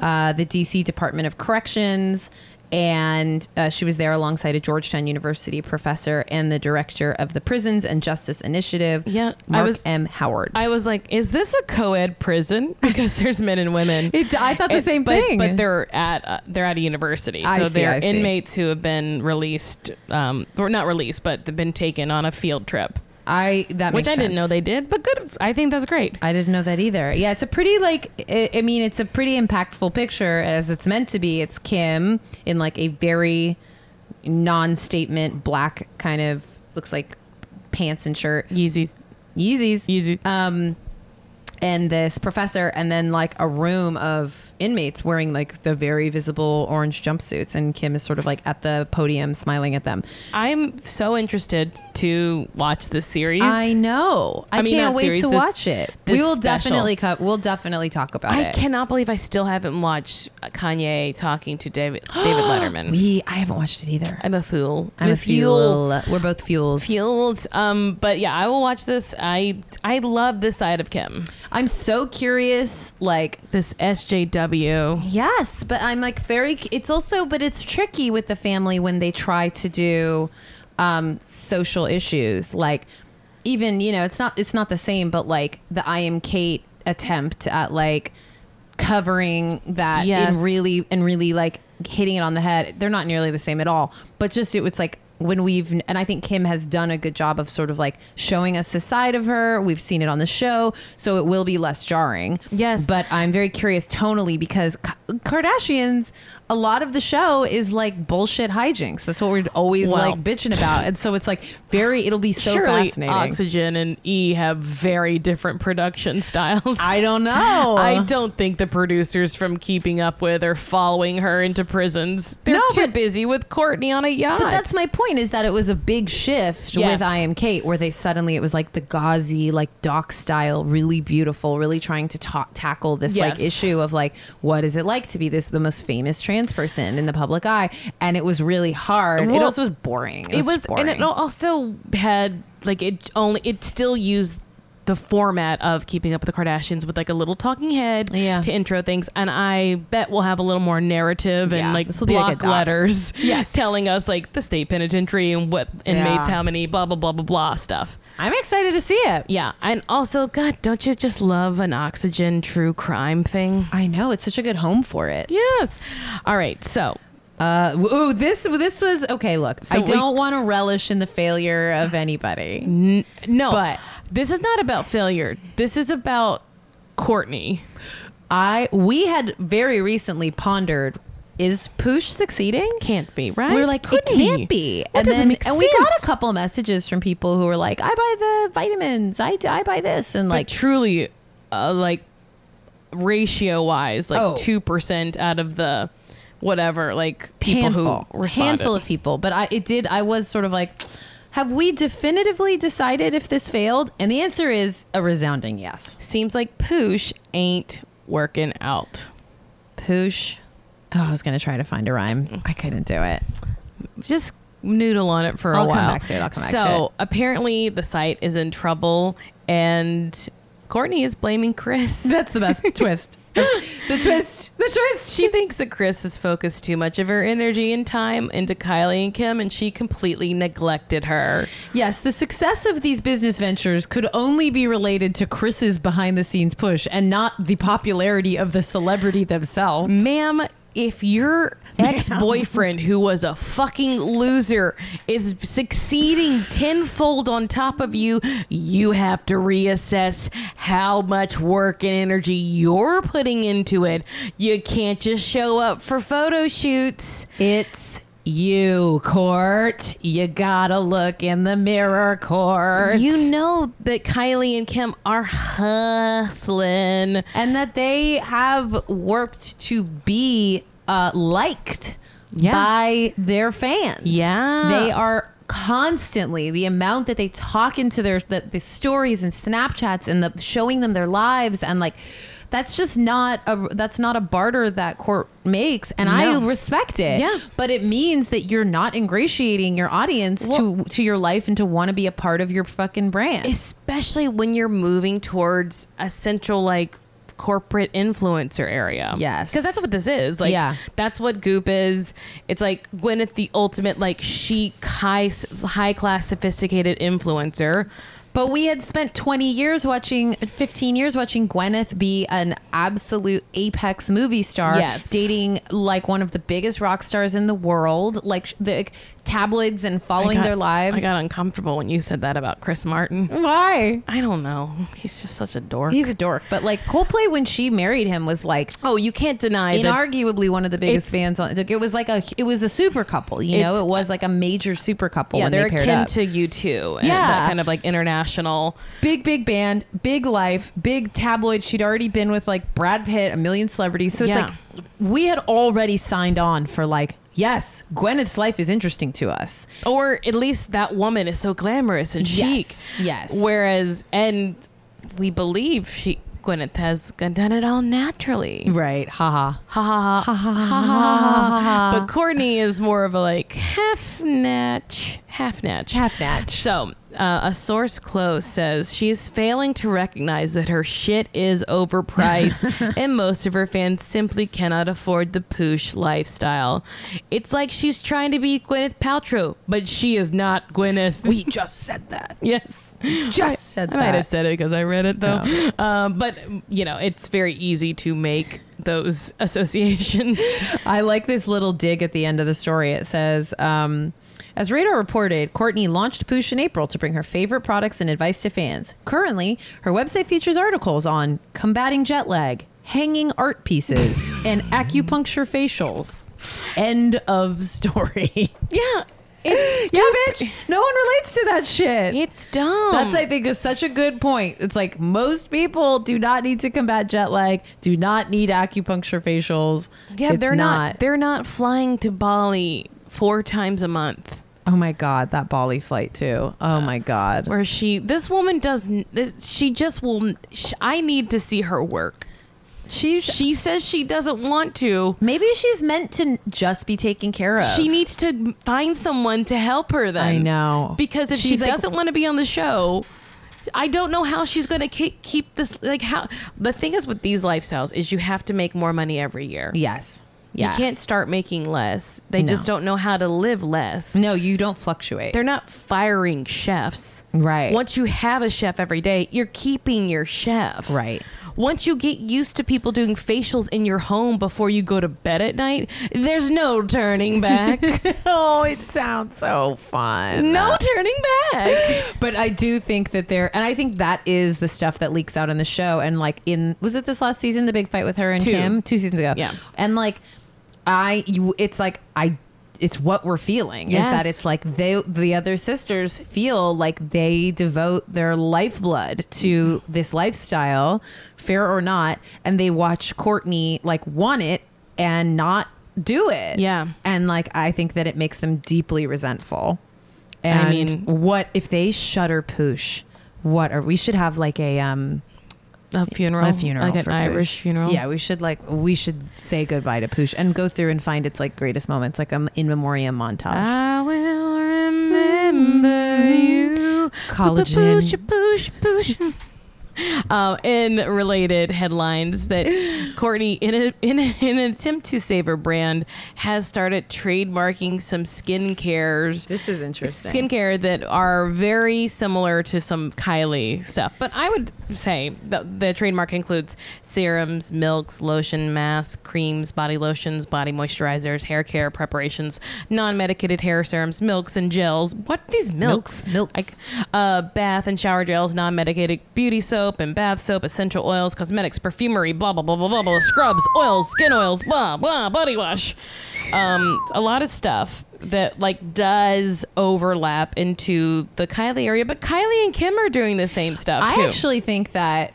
A: uh, the DC Department of Corrections, and uh, she was there alongside a Georgetown University professor and the director of the Prisons and Justice Initiative,
B: Yeah, I
A: Mark
B: was-
A: M. Howard.
B: I was like, is this a co-ed prison? [laughs] Because there's men and women.
A: It- I thought the
B: It-
A: same
B: but,
A: thing.
B: But they're at uh, they're at a university, so
A: I see,
B: they're
A: I see.
B: inmates who have been released, um, or not released, but they've been taken on a field trip.
A: I that
B: which
A: makes
B: I didn't
A: sense.
B: know they did, but good. I think that's great.
A: I didn't know that either. Yeah, it's a pretty like I I mean, it's a pretty impactful picture as it's meant to be. It's Kim in like a very non-statement black kind of looks like pants and shirt,
B: Yeezys,
A: Yeezys.
B: Yeezys.
A: um and this professor and then like a room of inmates wearing like the very visible orange jumpsuits and kim is sort of like at the podium smiling at them
B: I'm so interested to watch this series.
A: i know i,
B: I mean,
A: can't
B: not
A: wait
B: series,
A: to
B: this-
A: watch it
B: this
A: we will
B: special.
A: definitely co- we'll definitely talk about
B: I
A: it
B: cannot believe I still haven't watched Kanye talking to [gasps] David David Letterman.
A: we i haven't watched it either
B: I'm a fool.
A: i'm a
B: fool.
A: fuel we're both fuels
B: Fueled. Um, but yeah, I will watch this. I I love this side of Kim.
A: i'm so curious like
B: This SJW.
A: Yes, but I'm like very. It's also, but it's tricky with the family when they try to do um, social issues. Like, even you know, it's not it's not the same. But like the I am Kate attempt at like covering that
B: Yes.
A: and really and really like hitting it on the head. They're not nearly the same at all. But just it was like when we've and I think Kim has done a good job of sort of like showing us the side of her. We've seen it on the show, so it will be less jarring.
B: Yes.
A: But I'm very curious tonally because K- Kardashians, a lot of the show is like bullshit hijinks. That's what we're always
B: Well.
A: like bitching about, and so it's like very. It'll be so
B: Surely
A: fascinating.
B: Oxygen and E have very different production [laughs] styles.
A: I don't know.
B: I don't think the producers from Keeping Up With are following her into prisons. They're
A: No,
B: too
A: but-
B: busy with Courtney on a yacht.
A: But that's my point is that it was a big shift
B: Yes.
A: with I Am Kate, where they suddenly it was like the gauzy, like doc style, really beautiful, really trying to ta- tackle this
B: Yes.
A: like issue of like what is it like to be this the most famous trans person in the public eye, and it was really hard. it
B: Well,
A: also was boring. It,
B: it
A: was,
B: was,
A: boring.
B: and it al- also had like it only it still used the format of keeping up with the kardashians with like a little talking head
A: Yeah.
B: to intro things and i bet we'll have a little more narrative and
A: Yeah,
B: like
A: this
B: block
A: will be like a doc.
B: letters [laughs]
A: Yes.
B: telling us like the state penitentiary and what inmates
A: Yeah.
B: how many blah blah blah blah blah stuff
A: I'm excited to see it.
B: yeah and also god don't you just love an oxygen true crime thing
A: I know it's such a good home for it.
B: yes all right so
A: Uh, ooh, this this was okay. Look,
B: So
A: I
B: we-
A: don't want to relish in the failure of anybody.
B: n- no
A: But-
B: this is not about failure this is about courtney
A: I we had very recently pondered is Poosh succeeding?
B: can't be right.
A: We were like, it
B: Couldn't he?
A: can't be.
B: That
A: and
B: doesn't
A: then,
B: make
A: and we got
B: sense.
A: a couple messages from people who were like, I buy the vitamins, I, I buy this, and
B: like
A: like,
B: truly, uh, like ratio wise,
A: Oh.
B: like two percent out of the whatever, like people
A: handful,
B: who responded.
A: handful of people. But I, it did. I was sort of like, have we definitively decided if this failed? And the answer is a resounding yes.
B: Seems like Poosh ain't working out.
A: Poosh. Oh, I was gonna try to find a rhyme. I couldn't do it.
B: Just noodle on it for a
A: I'll
B: while.
A: come back to it, I'll come back
B: so
A: to it.
B: apparently, the site is in trouble, and Courtney is blaming [laughs] Chris.
A: That's the best
B: [laughs]
A: twist. The twist. [laughs] The twist.
B: She thinks that Chris has focused too much of her energy and time into Kylie and Kim, and she completely neglected her.
A: Yes, the success of these business ventures could only be related to Chris's behind the scenes push and not the popularity of the celebrity themselves.
B: ma'am if your ex-boyfriend who was a fucking loser is succeeding tenfold on top of you you have to reassess how much work and energy you're putting into it you can't just show up for photo shoots
A: It's you, Court. You gotta look in the mirror, Court.
B: you know that kylie and kim are hustling
A: and that they have worked to be uh, liked
B: Yeah.
A: by their fans.
B: Yeah.
A: they are constantly the amount that they talk into their the, the stories and Snapchats and the showing them their lives and like that's just not a that's not a barter that court makes and
B: No.
A: I respect it.
B: Yeah.
A: but it means that you're not ingratiating your audience to to your life and to want to be a part of your fucking brand.
B: especially when you're moving towards a central like corporate influencer area.
A: Yes.
B: Cuz that's what this is. Like
A: Yeah.
B: that's what Goop is. It's like Gwyneth the ultimate like chic high high class sophisticated influencer.
A: But we had spent 20 years watching, 15 years watching Gwyneth be an absolute apex movie star.
B: Yes.
A: Dating like one of the biggest rock stars in the world, like sh- the like, tabloids and following
B: I got-
A: their lives.
B: I got uncomfortable when you said that about Chris Martin.
A: Why?
B: I don't know. He's just such a dork.
A: He's a dork. But like Coldplay, when she married him, was like
B: oh, you can't deny that
A: inarguably one of the biggest
B: It's-
A: fans on like, it was like a it was a super couple you know
B: It's-
A: it was like a major super couple
B: yeah,
A: when they
B: they're
A: paired
B: akin
A: up.
B: to you too. And
A: Yeah.
B: that kind of like international
A: big big band big life big tabloid she'd already been with like brad pitt a million celebrities so it's
B: Yeah.
A: like we had already signed on for like yes gwyneth's life is interesting to us
B: or at least that woman is so glamorous and chic.
A: Yes, yes.
B: Whereas, and we believe she Gwyneth has done it all naturally.
A: right haha
B: Ha ha ha ha ha ha. ha. But Courtney is more of a like half natch, half natch,
A: Half natch.
B: So. Uh, a source close says she's failing to recognize that her shit is [laughs] overpriced and most of her fans simply cannot afford the poosh lifestyle. It's like she's trying to be Gwyneth Paltrow, but she is not Gwyneth. [laughs]
A: we just said that [laughs]
B: Yes. Just
A: said
B: I might have
A: that.
B: said it because I read it though. Um, but, you know, it's very easy to make those [laughs] associations.
C: [laughs]
A: I like this little dig at the end of the story. It says, um, as Radar reported, Courtney launched Poosh in April to bring her favorite products and advice to fans. Currently, her website features articles on combating jet lag,
C: hanging art pieces and acupuncture facials. End of story. [laughs]
B: Yeah. It's
C: yeah, bitch. No one relates to that shit.
B: It's dumb.
C: That's I think is such a good point. It's like most people do not need to combat jet lag, do not need acupuncture facials.
B: yeah,
C: It's
B: they're not they're not flying to Bali four times a month.
C: Oh my god, that Bali flight too. Oh my god.
B: where she this woman doesn't this- she just will sh i need to see her work
A: She's
B: she says she doesn't want to
A: maybe she's meant to just be taken care of.
B: she needs to find someone to help her then
C: I know.
B: because if she
A: She's like-
B: doesn't want to be on the show i don't know how she's going to ke- keep this like how the thing is with these lifestyles is you have to make more money every year
A: yes. Yeah.
B: you can't start making less they
A: No.
B: just don't know how to live less
A: No, you don't fluctuate.
B: they're not firing chefs
A: Right.
B: once you have a chef every day you're keeping your chef
A: Right.
B: once you get used to people doing facials in your home before you go to bed at night, there's no turning
A: [laughs]
B: back.
C: [laughs] Oh, it sounds so fun.
B: no turning back.
A: [laughs] but I do think that there, and I think that is the stuff that leaks out in the show. And like in, was it this last season, the big fight with her and
B: Two.
A: Kim, two seasons ago?
B: Yeah.
A: And like, I, you, it's like I, it's what we're feeling is
B: Yes.
A: that it's like they, the other sisters feel like they devote their lifeblood to this lifestyle, fair or not, and they watch Courtney like want it and not do it.
B: Yeah.
A: And like, I think that it makes them deeply resentful. And
B: I mean-
A: what if they shutter poosh? What are we should have like a um
B: A funeral.
A: a funeral
B: Like an
A: for Poosh.
B: Irish funeral.
A: Yeah, we should like we should say goodbye to poosh and go through and find its like greatest moments, like um in memoriam montage.
B: I will remember you. Push,
A: Collagen.
B: push, push. [laughs] Um, in related
A: [gasps]
B: headlines, that Courtney, in, a, in, a, in an attempt to save her brand, has started trademarking some skincare
A: This is interesting.
B: skincare that are very similar to some Kylie stuff. But I would say the, the trademark includes serums, milks, lotion, masks, creams, body lotions, body moisturizers, hair care preparations, non-medicated hair serums, milks and gels. What are these milks?
A: Milks, milks.
B: Like, uh, bath and shower gels, non-medicated beauty soap and bath soap, essential oils, cosmetics, perfumery, blah blah blah blah blah, blah scrubs, oils, skin oils, blah blah, body wash. Um, a lot of stuff that like does overlap into the Kylie area, but Kylie and Kim are doing the same stuff
A: I
B: too.
A: actually think that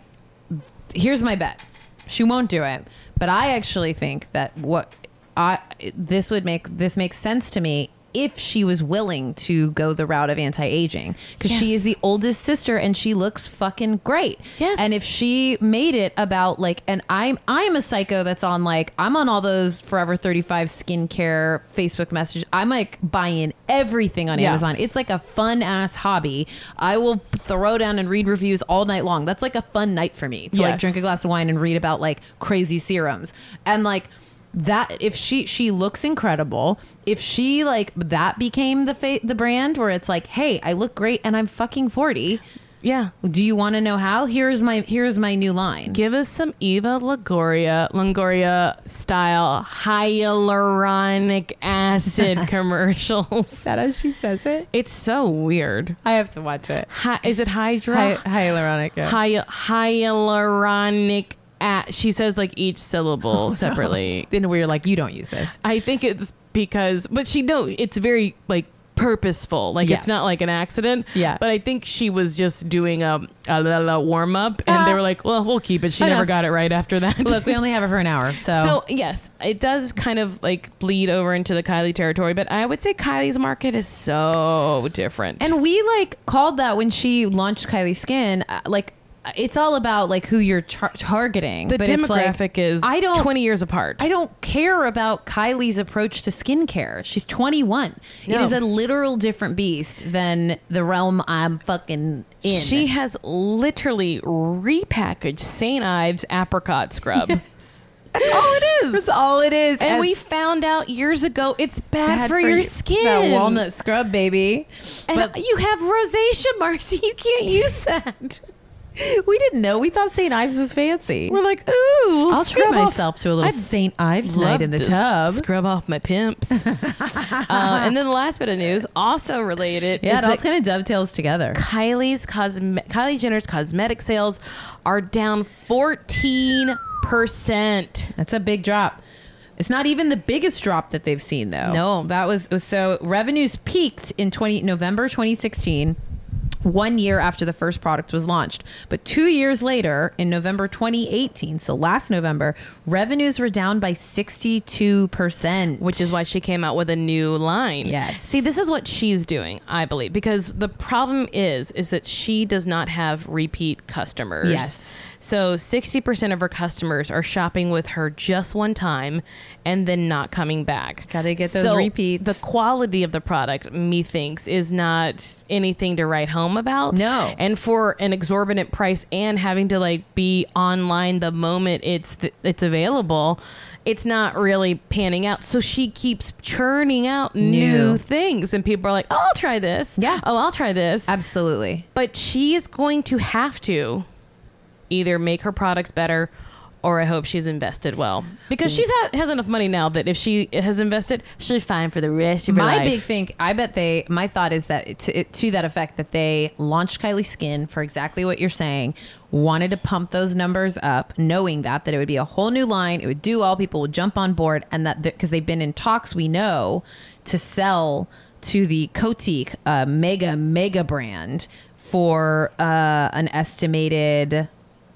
A: here's my bet. She won't do it, but I actually think that what I this would make this makes sense to me if she was willing to go the route of anti-aging because she
B: Yes.
A: is the oldest sister and she looks fucking great.
B: Yes.
A: And if she made it about like and I'm I'm a psycho that's on like I'm on all those forever 35 skincare Facebook messages. I'm like buying everything on
B: Yeah.
A: Amazon. It's like a fun ass hobby. I will throw down and read reviews all night long. That's like a fun night for me to like
B: Yes.
A: drink a glass of wine and read about like crazy serums and like that if she she looks incredible if she like that became the fa- the brand where it's like hey i look great and i'm fucking 40
B: yeah.
A: do you want to know how here's my here's my new line
B: Give us some Eva Longoria, Longoria style hyaluronic acid commercials.
C: that how she says it?
B: It's so weird.
C: I have to watch it.
B: Hi, is it
C: Hy-
B: hydra?
C: hyaluronic. yeah.
B: Hy- hyaluronic. a she says like each
A: Oh,
B: syllable separately.
C: Then we're like, you don't use this.
B: I think it's because, but she no, it's very like purposeful. Like
C: Yes.
B: it's not like an accident.
C: Yeah.
B: But I think she was just doing a, a la la warm up, and they
C: Ah.
A: Uh,
B: were like, "Well, we'll keep it." She
C: I
B: never
C: know.
B: got it right after that.
C: Look,
B: [laughs]
C: we only have it for an
A: [laughs]
C: hour, so,
B: So yes, it does kind of like bleed over into the Kylie territory, but I would say Kylie's market is so different.
A: And we like called that when she launched Kylie Skin, uh, like it's all about like who you're tar- targeting.
B: the
A: but it's like,
B: demographic is
A: I don't
B: 20 years apart.
A: I don't care about Kylie's approach to skincare. She's 21. It
B: No.
A: is a literal different beast than the realm I'm fucking in.
B: She
A: [laughs]
B: has literally repackaged St. Ives
C: [laughs]
B: apricot scrub. That's all it is.
A: that's all it is.
B: and we found out years ago it's bad, for, your skin.
C: That walnut scrub, baby.
B: And
A: but-
B: you have rosacea marks. [laughs] You can't use that.
C: [laughs] We didn't know. We thought St. Ives was fancy.
B: We're like, ooh,
C: I'll
B: scrub
C: treat
B: off-
C: myself to a little
B: I'd
C: St. Ives
B: love
C: night in the
B: to s-
C: tub.
B: Scrub off
C: [laughs]
B: my pimps. uh, and then the last bit of news, also related,
C: yeah,
B: is
C: it all
B: that
C: kind of dovetails together.
B: Kylie's cosme- Kylie Jenner's cosmetic sales are down 14 percent.
A: That's a big drop. It's not even the biggest drop that they've seen though.
B: No.
A: that was so revenues peaked in 20 November 2016. One year after the first product was launched. But two years later, in November 2018, so last November, revenues were down by 62%.
B: which is why she came out with a new line.
A: Yes.
B: See, this is what she's doing, I believe, because the problem is is that she does not have repeat customers.
A: Yes.
B: So 60% of her customers are shopping with her just one time and then not coming back.
A: Gotta get those
B: So
A: repeats.
B: The quality of the product, methinks, is not anything to write home about.
A: No.
B: And for an exorbitant price and having to like be online the moment it's th- it's available, it's not really panning out. So she keeps churning out new
A: New.
B: things and people are like, "Oh, I'll try this."
A: Yeah.
B: "Oh, I'll try this."
A: Absolutely.
B: but she is going to have to either make her products better or I hope she's invested well
A: Mm.
B: because she's ha- has enough money now that if she has invested, she's fine for the rest of her
A: my
B: life.
A: big thing i bet they my thought is that it, to, it, to that effect that they launched kylie skin for exactly what you're saying wanted to pump those numbers up knowing that that it would be a whole new line it would do all people would jump on board and that because they've been in talks we know to sell to the Coty uh, mega mega brand for uh, an estimated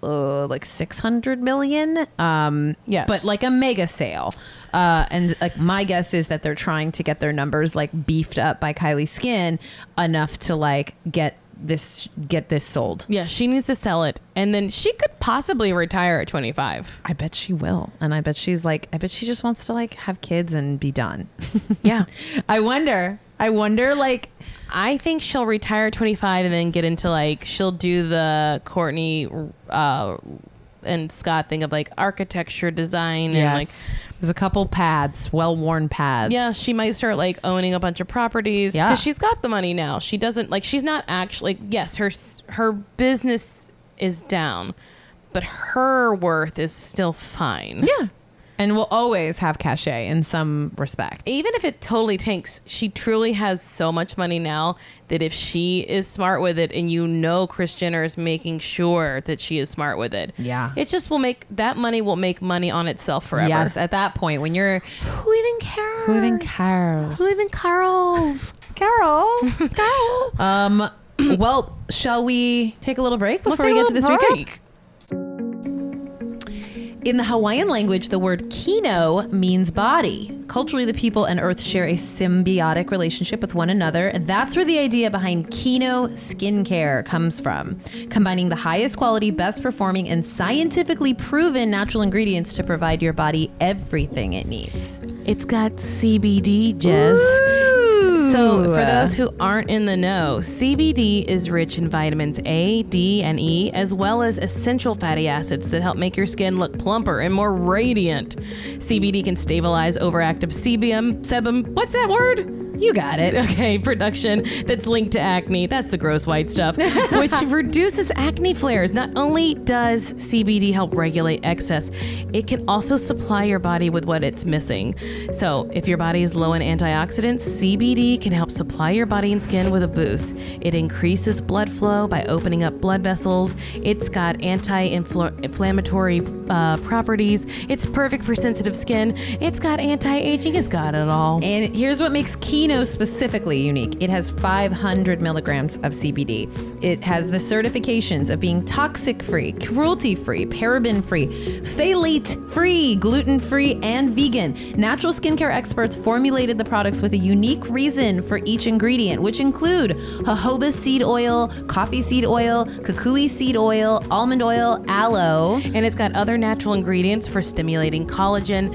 A: uh, like 600 million um
B: Yes.
A: but like a mega sale uh and like my guess is that they're trying to get their numbers like beefed up by kylie skin enough to like get this get this sold
B: Yeah, she needs to sell it. And then she could possibly retire
A: [laughs]
B: at 25.
A: i bet she will and i bet she's like i bet she just wants to like have kids and be done
B: Yeah.
A: [laughs] i wonder i wonder like
B: I think she'll retire at 25 and then get into like, she'll do the Courtney uh, and Scott thing of like architecture design and like,
A: there's a couple pads well-worn pads
B: yeah, she might start like owning a bunch of properties
A: Yeah.
B: because she's got the money now. She doesn't like, she's not actually, like, yes, her, s- her business is down, but her worth is still fine.
A: yeah and will always have cachet in some respect
B: even if it totally tanks, she truly has so much money now that if she is smart with it, and you know Chris Jenner is making sure that she is smart with it,
A: Yeah.
B: it just will make that money will make money on itself forever.
A: Yes, at that point when you're
B: Who even cares?
A: who even cares?
B: Who even cares?
A: [laughs] Carol?
B: [laughs]
A: Carol. um. [clears throat] Well, shall we take a little break before we
B: take a
A: get to this
B: little
A: week? In the Hawaiian language, the word kino means body. Culturally, the people and earth share a symbiotic relationship with one another. That's where the idea behind kino skincare comes from, combining the highest quality, best performing, and scientifically proven natural ingredients to provide your body everything it needs.
B: It's got CBD, Jess. So, for those who aren't in the know, CBD is rich in vitamins A, D, and E, as well as essential fatty acids that help make your skin look plumper and more radiant. CBD can stabilize overactive sebum, sebum, what's that word?
A: you got it.
B: [laughs] Okay, production that's linked to acne. That's the gross white stuff, which reduces acne flares. Not only does CBD help regulate excess, it can also supply your body with what it's missing. So, if your body is low in antioxidants, CBD can help supply your body and skin with a boost. It increases blood flow by opening up blood vessels. It's got anti-inflammatory uh, properties. It's perfect for sensitive skin. It's got anti-aging. It's got it all.
A: And here's what makes Kino specifically unique it has 500 milligrams of CBD. It has the certifications of being toxic free, cruelty free, paraben free, phthalate free, gluten free, and vegan. Natural skincare experts formulated the products with a unique reason for each ingredient, which include jojoba seed oil, coffee seed oil, kukui seed oil, almond oil, aloe.
B: and it's got other natural ingredients for stimulating collagen,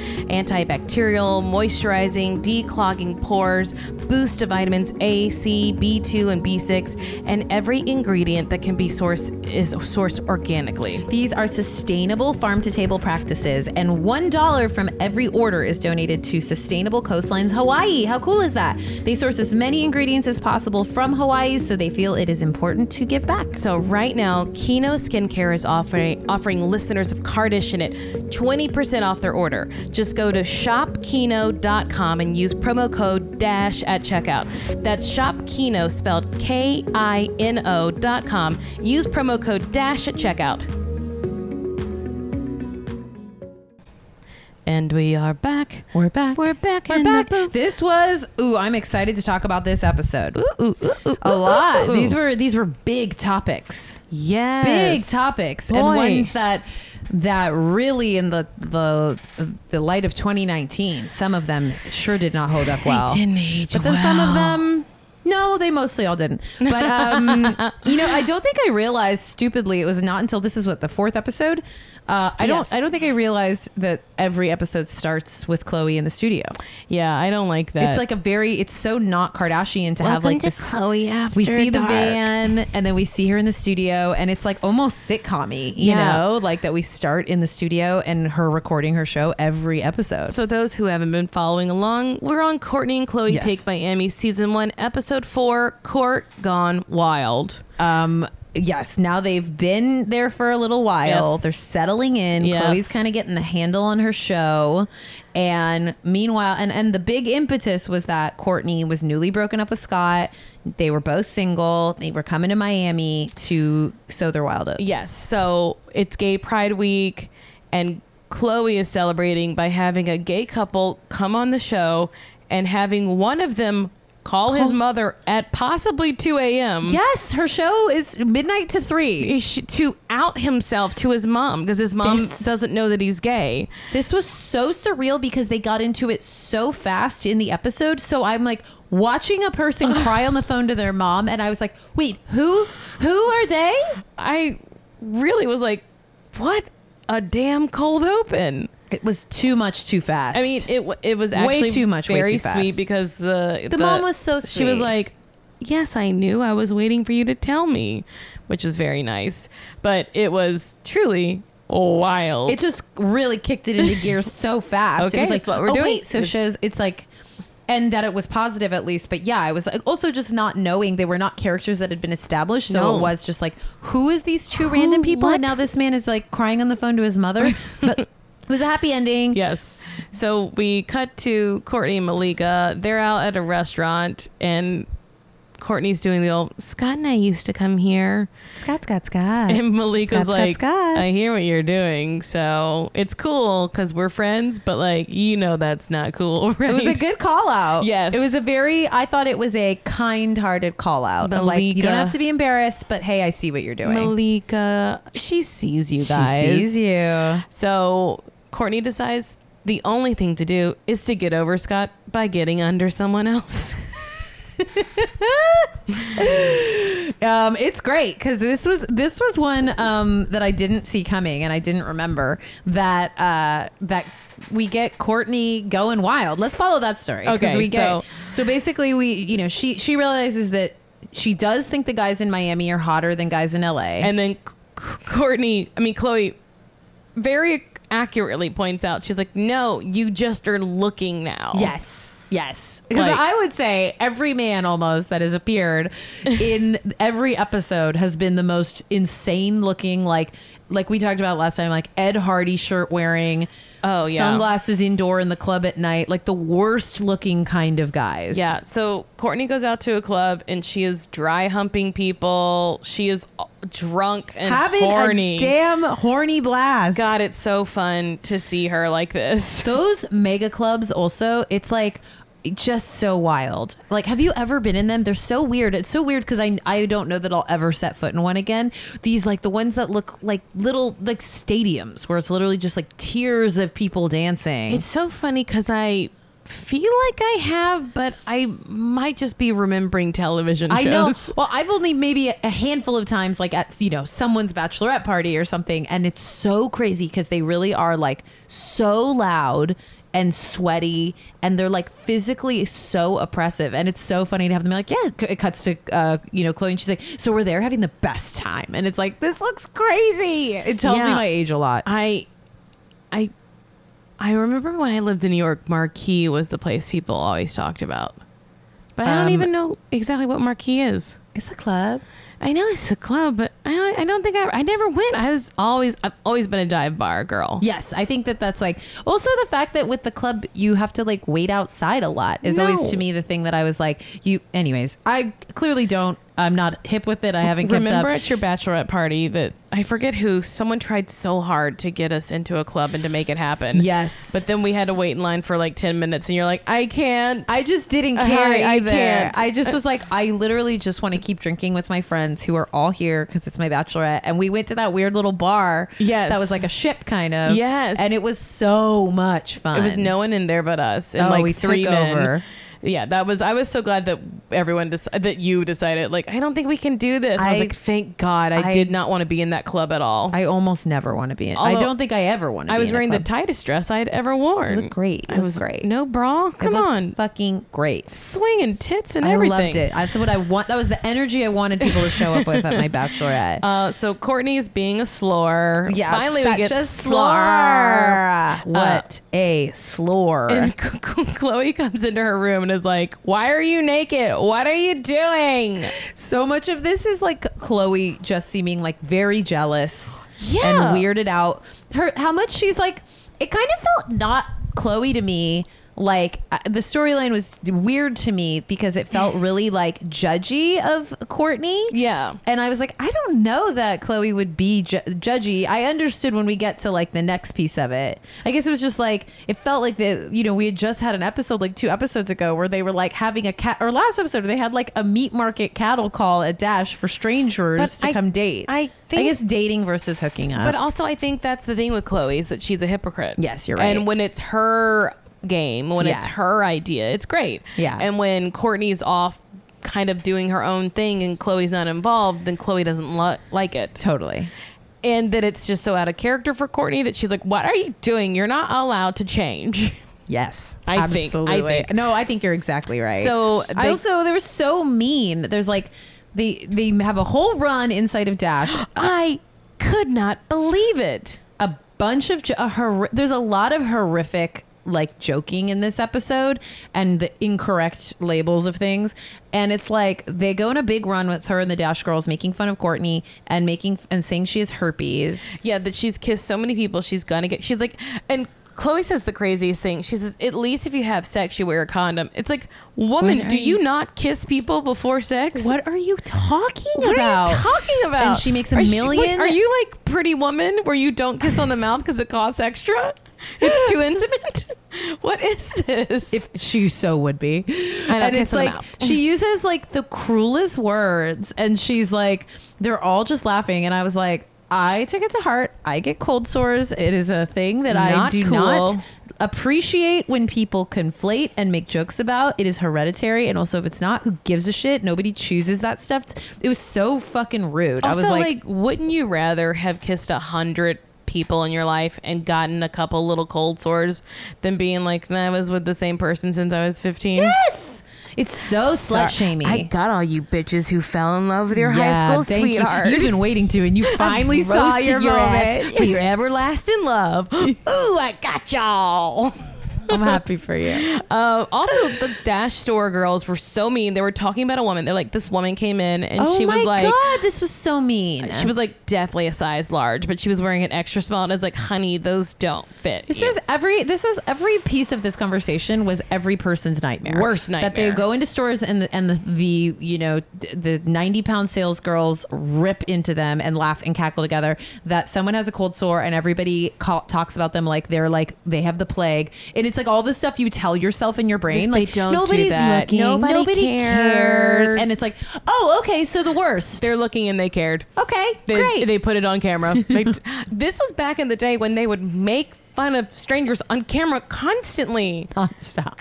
B: antibacterial, moisturizing, declogging pores, boost of vitamins A, C, B2, and B6, and every ingredient that can be sourced is sourced organically.
A: These are sustainable farm to table practices, and $1 from every order is donated to Sustainable Coastlines Hawaii. How cool is that? They source as many ingredients as possible from Hawaii, so they feel it is important to give back.
B: So right now, Kino Skincare is offering offering listeners of Cardish in it 20% off their order. Just go to shopkino.com and use promo code DASH at checkout. That's shopkino spelled K-I-N-O dot com. Use promo code DASH at checkout. And we are back.
A: We're back.
B: We're back.
A: We're
B: in
A: back.
B: The booth.
A: This was ooh, I'm excited to talk about this episode. a lot. These were these were big topics.
B: yes.
A: Big topics and
B: Boy.
A: ones that that really in the the the light of 2019, some of them sure did not hold up well.
B: They didn't age
A: But then some
B: well.
A: of them no, they mostly all didn't. But
B: [laughs]
A: um, you know, I don't think I realized stupidly it was not until this is what the fourth episode. Uh, I
B: Yes.
A: don't I don't think I realized that every episode starts with Chloe in the studio.
B: Yeah, I don't like that.
A: It's like a very it's so not Kardashian to have like this
B: Uh, Chloe after
A: we see the
B: dark.
A: van and then we see her in the studio and it's like almost sitcom-y, you
B: Yeah.
A: know, like that we start in the studio and her recording her show every episode.
B: So those who haven't been following along, we're on Courtney and Chloe
A: Yes.
B: Take Miami season 1 episode 4 Court Gone Wild.
A: Um, yes, now they've been there for a little while.
B: Yes.
A: They're settling in.
B: Yes.
A: Chloe's kind of getting the handle on her show. And meanwhile, and, and the big impetus was that Courtney was newly broken up with Scott. They were both single. They were coming to Miami to sow their wild oats.
B: Yes. So it's Gay Pride Week, and Chloe is celebrating by having a gay couple come on the show and having one of them call his mother at possibly 2 a.m.
A: Yes, her show is midnight to three.
B: Ish- To out himself to his mom because his mom
A: This-
B: doesn't know that he's gay.
A: This was so surreal because they got into it so fast in the episode. So I'm like watching a person cry on the phone to their mom, and I was like, "Wait, who? Who are they?"
B: I really was like, what a damn cold open.
A: It was too much too fast.
B: I mean, it w- it was actually
A: too much, way
B: very
A: too fast.
B: sweet because the, the
A: mom was so
B: She was
A: sweet.
B: like, "Yes, I knew. I was waiting for you to tell me," which was very nice. But it was truly wild.
A: it just really kicked it into gear
B: [laughs]
A: so fast.
B: Okay,
A: it was like,
B: that's what we're
A: oh
B: doing.
A: wait, so
B: It's-
A: shows it's like, and that it was positive at least. But yeah, I was like, also just not knowing they were not characters that had been established. So
B: No.
A: it was just like, who is these two random people? And
B: what?
A: now this man is like crying on the phone to his
B: [laughs]
A: mother. but it was a happy ending.
B: yes. So we cut to Courtney and Malika. They're out at a restaurant, and Courtney's doing the old Scott and I used to come here,
A: Scott, Scott, Scott.
B: [laughs] and
A: Scott,
B: Malika's
A: Scott,
B: like,
A: Scott.
B: "I hear what you're doing, so it's cool because we're friends, but like you know that's not cool, [laughs] right?"
A: It was a good call out.
B: Yes.
A: It was a very, I thought it was a kind hearted call out. Of like, you don't
B: Malika.
A: have to be embarrassed, but hey, I see what you're doing.
B: Malika, she sees you guys.
A: She sees you.
B: So Courtney decides the only thing to do is to get over Scott by getting under
A: [laughs]
B: someone else.
A: Um, it's great because this was this was one um, that I didn't see coming and I didn't remember that uh, that we get Courtney going wild. Let's follow that story. 'cause
B: Okay,
A: we get,
B: so-
A: so basically we you know she she realizes that she does think the guys in Miami are hotter than guys in LA.
B: and then C- C- Courtney, I mean Chloe, very accurately points out she's like, "No, you just are looking now."
A: Yes. Yes. Because
B: Like-
A: I would say every man almost that has appeared
B: [laughs]
A: in every episode has been the most insane looking, like like we talked about last time, like Ed Hardy shirt wearing.
B: Oh, yeah.
A: Sunglasses indoor in the club at night, like the worst looking kind of guys.
B: Yeah. So Courtney goes out to a club and she is dry humping people. She is uh, drunk and
C: Having
B: horny.
C: a damn horny blast.
B: God, it's so fun to see her like this.
A: Those mega clubs also, it's like just so wild. Like, have you ever been in them? They're so weird. It's so weird because I I don't know that I'll ever set foot in one again. These like the ones that look like little like stadiums where it's literally just like tiers of people dancing.
B: [laughs] It's so funny because I feel like I have, but I might just be remembering television shows. [laughs]
A: I know. Well, I've only maybe a handful of times, like at you know someone's bachelorette party or something, and it's so crazy because they really are like so loud and sweaty, and they're like physically so oppressive, and it's so funny to have them be like, yeah. c- It cuts to uh, you know Chloe, and she's like, so we're there having the best time, and it's like this looks crazy. It tells me
B: Yeah.
A: my age a lot.
B: I, I, I remember when I lived in New York, Marquee was the place people always talked about. But I don't
A: Um,
B: even know exactly what Marquee is.
A: It's a club.
B: I know it's a club, but I don't, I don't think I, I never went. I was always, I've always been a dive bar girl.
A: Yes, I think that that's like also the fact that with the club you have to like wait outside a lot is
B: No.
A: always to me the thing that I was like you anyways, I clearly don't
C: I'm not hip with it. I haven't kept
B: Remember
C: up.
B: at your bachelorette party that I forget who someone tried so hard to get us into a club and to make it happen.
A: Yes.
B: But then we had to wait in line for like 10 minutes and you're like, I can't.
A: I just didn't
B: Uh,
A: care.
B: Harry,
A: I
B: I
A: either.
B: can't.
A: I just was like, I literally just want to keep drinking with my friends who are all here because it's my bachelorette. And we went to that weird little bar.
B: Yes.
A: That was like a ship kind of.
B: Yes.
A: And it was so much fun.
B: It was no one in there but us and
A: Oh,
B: like
A: we took
B: three men.
A: over.
B: Yeah, that was. I was so glad that everyone decided that you decided. Like, I don't think we can do this. I, was
A: I-
B: like, thank God, I,
A: I-
B: did not want to be in that club at all. I,
A: I almost never want to be in. I
B: Although-
A: don't think I ever want to. be
B: was
A: in a
B: wearing the
A: club.
B: tightest dress I had ever worn.
A: You looked great. You
B: I
A: looked
B: was
A: great.
B: No bra.
A: It
B: Come
A: looked
B: on,
A: fucking great.
B: swinging tits and
A: I
B: everything.
A: loved it. That's what I want. That was the energy I wanted people to show up with at my [laughs] bachelorette.
B: Uh, so Courtney's being a slore.
A: yeah,
B: finally
A: such
B: we get
A: a slur.
B: slore.
A: What a slur.
B: And [laughs] Chloe comes into her room and is like, "Why are you naked? What are you doing?"
A: So much of this is like Chloe just seeming like very jealous
B: Yeah.
A: and weirded out. Her how much she's like it kind of felt not Chloe to me. Like uh, the storyline was weird to me because it [sighs] felt really like judgy of Courtney.
B: Yeah.
A: And I was like, I don't know that Chloe would be ju- judgy. I understood when we get to like the next piece of it. I guess it was just like it felt like the you know we had just had an episode like two episodes ago where they were like having a cat or last episode they had like a meat market cattle call at Dash for strangers
B: But
A: to
B: I-
A: come date.
B: I think-
A: I guess dating versus hooking up.
B: But also, I think that's the thing with Chloe is that she's a hypocrite.
A: Yes, you're right.
B: And when it's her game, when it's
A: Yeah.
B: her idea, it's great.
A: Yeah.
B: And when Courtney's off, kind of doing her own thing, and Chloe's not involved, then Chloe doesn't lo- like it.
A: totally.
B: And that it's just so out of character for Courtney that she's like, "What are you doing? You're not allowed to change." [laughs]
A: Yes,
B: I think- I think-
A: no, I think you're exactly right.
B: So
A: I
B: they-
A: also they were so mean. There's like they they have a whole run inside of Dash
B: I could not believe it.
A: a bunch of jo- a hor- there's a lot of horrific like joking in this episode and the incorrect labels of things and it's like they go on a big run with her and the dash girls making fun of courtney and making and saying she has herpes
B: Yeah, that she's kissed so many people, she's gonna get. She's like, and Chloe says the craziest thing. She says, at least if you have sex, you wear a condom. It's like, woman,
A: What
B: do
A: are
B: you, not kiss people before sex?
A: what are you talking
B: What
A: about
B: are you talking about?
A: And she makes a
B: Are she-
A: million-
B: wait, are you like Pretty Woman, where you don't kiss on the mouth because it costs extra?
A: [laughs]
B: It's too intimate. [laughs] what is this?
A: if [laughs] she so would be.
B: I know,
A: and
B: kiss
A: it's
B: on the
A: like
B: mouth.
A: she uses like the cruelest words, and she's like, they're all just laughing, and I was like, I took it to heart. I get cold sores. It is a thing that I
B: Not
A: do
B: cool.
A: not appreciate when people conflate and make jokes about. It is hereditary, and also if it's not, who gives a shit? Nobody chooses that stuff. It was so fucking rude. I
B: also,
A: was like,
B: like, wouldn't you rather have kissed a hundred people in your life and gotten a couple little cold sores than being like, "Nah, I was with the same person since I was 15?
A: yes. It's so slut shaming.
B: I got all you bitches who fell in love with your high school
A: thank you.
B: sweetheart. [laughs]
A: You've been waiting to, and you finally saw
B: roasted
A: your,
B: your ass
A: moment.
B: for your everlasting
A: [laughs]
B: love. Ooh, I got y'all.
A: I'm happy for you.
B: Uh, also, the Dash store girls were so mean. They were talking about a woman. They're like, this woman came in and
A: oh
B: she
A: my
B: was like,
A: God, this was so mean.
B: she was like definitely a size large, but she was wearing an extra small. And it's like, honey, those don't fit.
A: This
B: you."
A: is every this was every piece of this conversation was every person's nightmare.
B: Worst
A: that they
B: nightmare.
A: go into stores and the, and the, the you know d- the ninety pound sales girls rip into them and laugh and cackle together. That someone has a cold sore and everybody ca- talks about them like they're like they have the plague and it's like all the stuff you tell yourself in your brain
B: They
A: like
B: don't do
A: nobody's
B: that.
A: looking,
B: Nobody
A: cares.
B: cares.
A: and it's like oh okay, so the worst.
B: They're looking and they cared.
A: okay,
B: They,
A: great.
B: they put it on camera. They, this was back in the day when they would make fun of strangers on camera constantly.
A: [laughs] [laughs] Stop.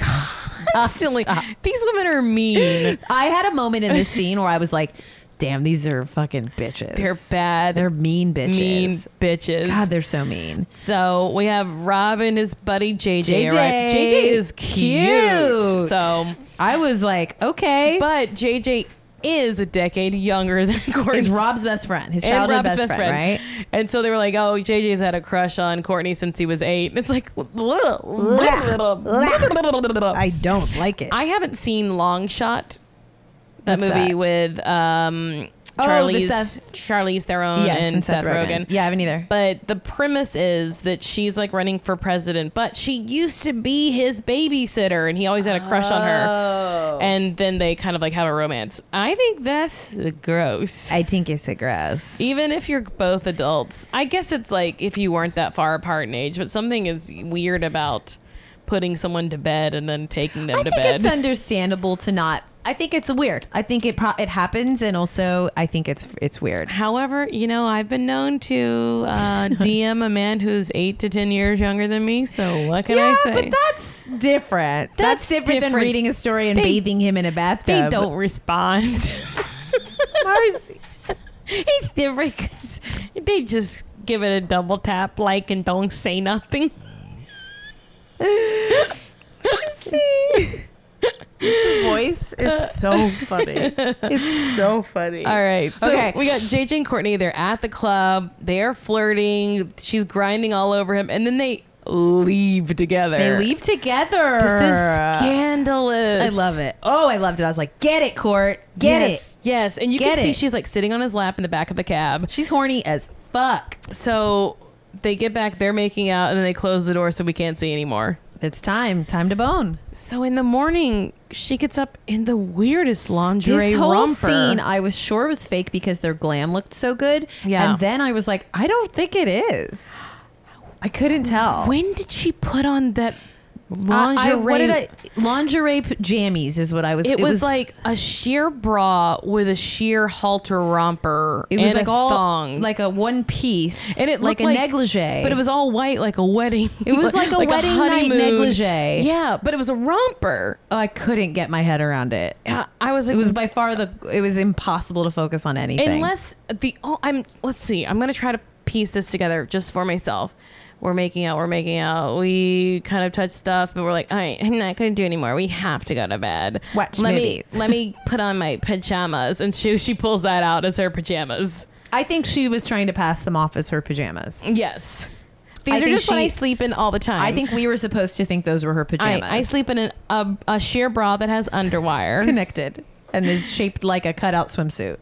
B: Constantly. These women
A: [laughs]
B: are mean.
A: I had a moment in this scene where I was like, damn, these are fucking bitches.
B: They're bad.
A: They're mean bitches.
B: mean bitches.
A: God, they're so mean.
B: so we have Rob and his buddy JJ.
A: JJ,
B: arrive. JJ is cute.
A: Cute.
B: So,
A: I was like, okay.
B: but JJ is a decade younger than Courtney.
A: is Rob's best friend, his
B: and
A: childhood
B: Rob's
A: best, friend, right?
B: And so they were like, "Oh, JJ's had a crush on Courtney since he was eight. And it's like, [laughs]
C: I
B: I
C: don't like it.
B: haven't seen Long Shot, that
A: What's
B: movie
A: that?
B: with um,
A: Oh, the
B: Charlie's
A: Seth-
B: Charlie's Theron and, Seth, Rogen.
A: Yeah, I haven't either.
B: But the premise is that she's like running for president, but she used to be his babysitter and he always had a crush on her. And then they kind of like have a romance. I think that's gross.
A: I think it's a gross.
B: Even if you're both adults, I guess it's like if you weren't that far apart in age, but something is weird about putting someone to bed and then taking them
A: I
B: to
A: think
B: bed.
A: it's understandable to not. I think it's weird. I think it pro- it happens, and also I think it's it's weird.
B: However, you know, I've been known to
A: [laughs]
B: uh, DM a man who's eight to 10 years younger than me. So what can I say?
A: but that's different. That's,
B: That's
A: different, than
B: different.
A: reading a story and
B: They-
A: bathing him in a
B: they
A: bathtub.
B: don't respond. [laughs]
A: Marcy.
B: It's different 'cause they just give it a double tap, like, and don't
A: [laughs]
B: say nothing.
C: voice
A: Uh,
C: is so
A: [laughs]
C: funny. It's so funny.
B: All right. So
A: Okay.
B: we got JJ and Courtney. They're at the club. They're flirting. She's grinding all over him. And then they leave together.
A: They leave together.
B: This is scandalous.
A: I love it. Oh, I loved it. I was like, get it, Court. Get
B: yes, it. Yes. And you
A: Get
B: can see
A: it.
B: she's like sitting on his lap in the back of the cab.
A: it. She's horny as fuck.
B: So they get back. They're making out. And then they close the door so we can't see anymore.
A: It's time. Time to bone.
B: So in the morning, she gets up in the weirdest lingerie
A: this whole
B: romper.
A: scene I was sure was fake because their glam looked so good.
B: Yeah.
A: And then I was like, I don't think it is. I couldn't tell.
B: when did she put on that
A: I-
B: lingerie?
A: I, what did I, lingerie p- jammies is what I was.
B: it, was, like a sheer bra with a sheer halter romper
A: it was
B: and
A: like
B: a
A: all
B: thong.
A: like a one piece
B: and it
A: like
B: looked
A: a negligee.
B: but it was all white, like a wedding.
A: It
B: [laughs]
A: was like a wedding night
B: honeymoon.
A: negligee.
B: Yeah, but it was a romper.
A: Oh, I couldn't get my head around it.
B: Yeah, I was like,
A: It was by far the. It was impossible to focus on anything.
B: Unless the oh, I'm let's see. I'm gonna try to piece this together just for myself. We're making out. We're making out. We kind of touch stuff, but we're like, all right, I'm not gonna do anymore. We have to go to bed.
A: Watch
B: let
A: movies.
B: me let me put on my pajamas, and she she pulls that out as her pajamas.
A: I think she was trying to pass them off as her pajamas.
B: Yes, these
A: I
B: are
A: think
B: just what
A: she-
B: I sleep in all the time.
A: I think we were supposed to think those were her
B: I,
A: pajamas.
B: I sleep in an, a a sheer bra that has underwire.
A: connected and is shaped like a cutout swimsuit.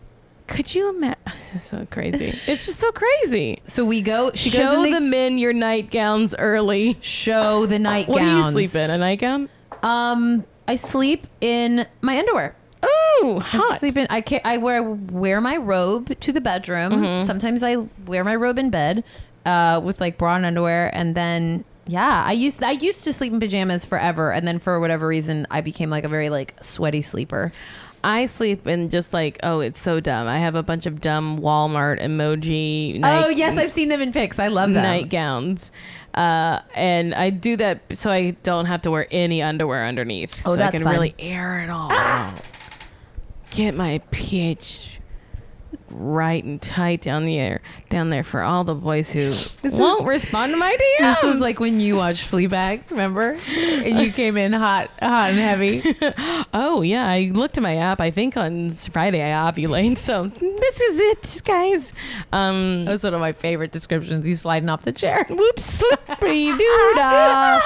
B: Could you imagine? [laughs] This is so crazy. It's just so crazy.
A: So we go. She
B: Show
A: goes in
B: the
A: the,
B: men your nightgowns early.
A: show the
B: What
A: nightgowns.
B: do you sleep in? A nightgown?
A: Um, I sleep in my underwear.
B: Oh,
A: I
B: hot.
A: sleep in. I ca I wear wear my robe to the bedroom.
C: Mm-hmm.
A: Sometimes I wear my robe in bed, uh, with like bra and underwear, and then yeah, I used I used to sleep in pajamas forever, and then for whatever reason, I became like a very like sweaty sleeper.
B: I sleep in just like, oh, it's so dumb. I have a bunch of dumb Walmart emoji.
A: oh
B: night-
A: yes, I've seen them in pics. I love them.
B: Nightgowns, uh, and I do that so I don't have to wear any underwear underneath.
A: Oh,
B: so
A: that's
B: I can
A: fun. Ah!
B: really air it all out. Get my pH right and tight down the air down there for all the
A: [laughs]
B: boys who won't respond to my DMs.
C: This
B: [laughs]
C: was like when you watched Fleabag, remember? And you came in hot, hot and
A: [laughs]
C: heavy.
B: Oh yeah, I looked at my app. I think on Friday I ovulate. So this is it, guys. Um,
C: That was one of my favorite descriptions. You sliding off the
A: [laughs]
C: chair.
B: whoops,
C: [laughs]
B: slippery doodah.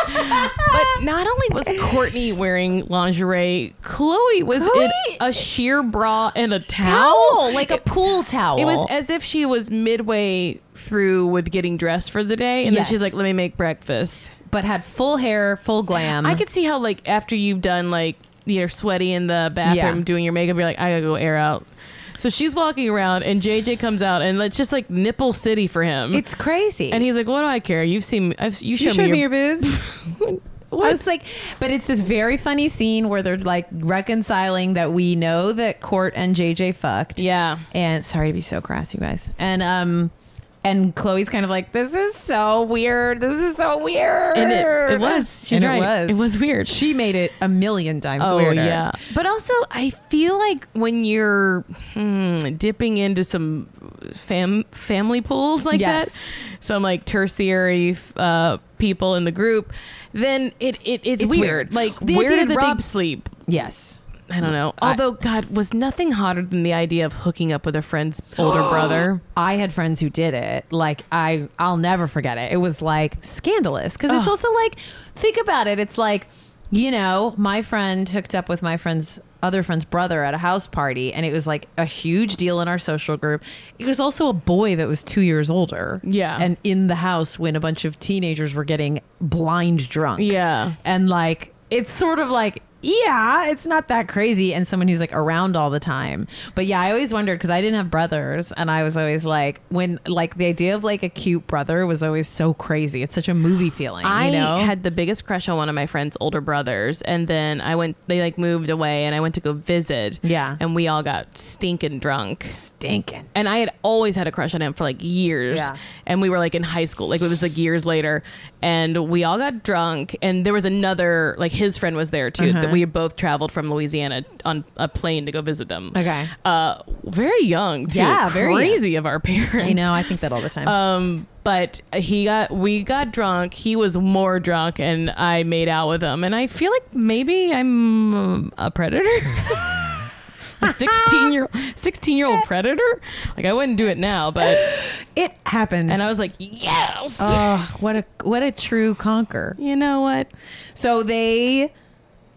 B: uh, but not only was Courtney wearing lingerie, Chloe was in
A: Chloe-
B: a sheer bra and a towel.
A: Towel, like a pool towel.
B: It was as if she was midway through with getting dressed for the day, and
A: Yes.
B: then she's like, "Let me make breakfast."
A: but had full hair, full glam.
B: I could see how like after you've done like you're sweaty in the bathroom
A: Yeah.
B: doing your makeup, you're like, I gotta go air out. So she's walking around and JJ comes out and it's just like nipple city for him.
A: It's crazy.
B: and he's like, What do I care? You've seen I've you showed, me, your, [laughs]
A: boobs. I was like, but it's this very funny scene where they're like reconciling that we know that Court and JJ fucked.
B: Yeah.
A: And sorry to be so crass, you guys. And um, and Chloe's kind of like, this is so weird. This is so weird.
B: And it, it was. She's
A: And
B: right.
A: It was.
B: weird.
A: She made it a million times
B: oh
A: weirder.
B: yeah. But also I feel like when you're hmm, dipping into some fam family pools like
A: Yes.
B: that, some like tertiary f- uh, people in the group, then it, it it's,
A: It's
B: weird.
A: weird.
B: Like
A: The
B: where
A: idea
B: did
A: that they-
B: Rob sleep?
A: Yes.
B: I don't know.
A: I-
B: Although God was nothing hotter than the idea of hooking up with a friend's [gasps] older brother.
A: I had friends who did it. Like I, I'll never forget it. It was like scandalous because it's also like, think about it. It's like, you know, my friend hooked up with my friend's other friend's brother at a house party, and it was like a huge deal in our social group. It was also a boy that was two years older.
B: Yeah.
A: And in the house when a bunch of teenagers were getting blind drunk.
B: Yeah.
A: And like, it's sort of like, yeah, it's not that crazy. And someone who's like around all the time. But yeah, I always wondered because I didn't have brothers. And I was always like, when like the idea of like a cute brother was always so crazy. It's such a movie feeling.
B: I
A: you know?
B: had the biggest crush on one of my friend's older brothers, and then I went. They like moved away, and I went to go visit.
A: Yeah.
B: and we all got stinking drunk.
A: stinking.
B: And I had always had a crush on him for like years,
A: Yeah.
B: and we were like in high school. Like it was like years later, and we all got drunk. And there was another like his friend was there too.
A: Uh-huh.
B: That we had both traveled from Louisiana on a plane to go visit them.
A: Okay.
B: uh, very young too.
A: Yeah, very young.
B: crazy of our [laughs] parents.
A: I know. I think that all the time.
B: [laughs] Um, but he got we got drunk. He was more drunk, and I made out with him. And I feel like maybe I'm um, a predator. [laughs] A 16 year 16 year old predator like i wouldn't do it now but
C: It happens.
A: [laughs]
B: and i was like yes
A: Oh, what a what a true conquer.
B: you know what
A: So they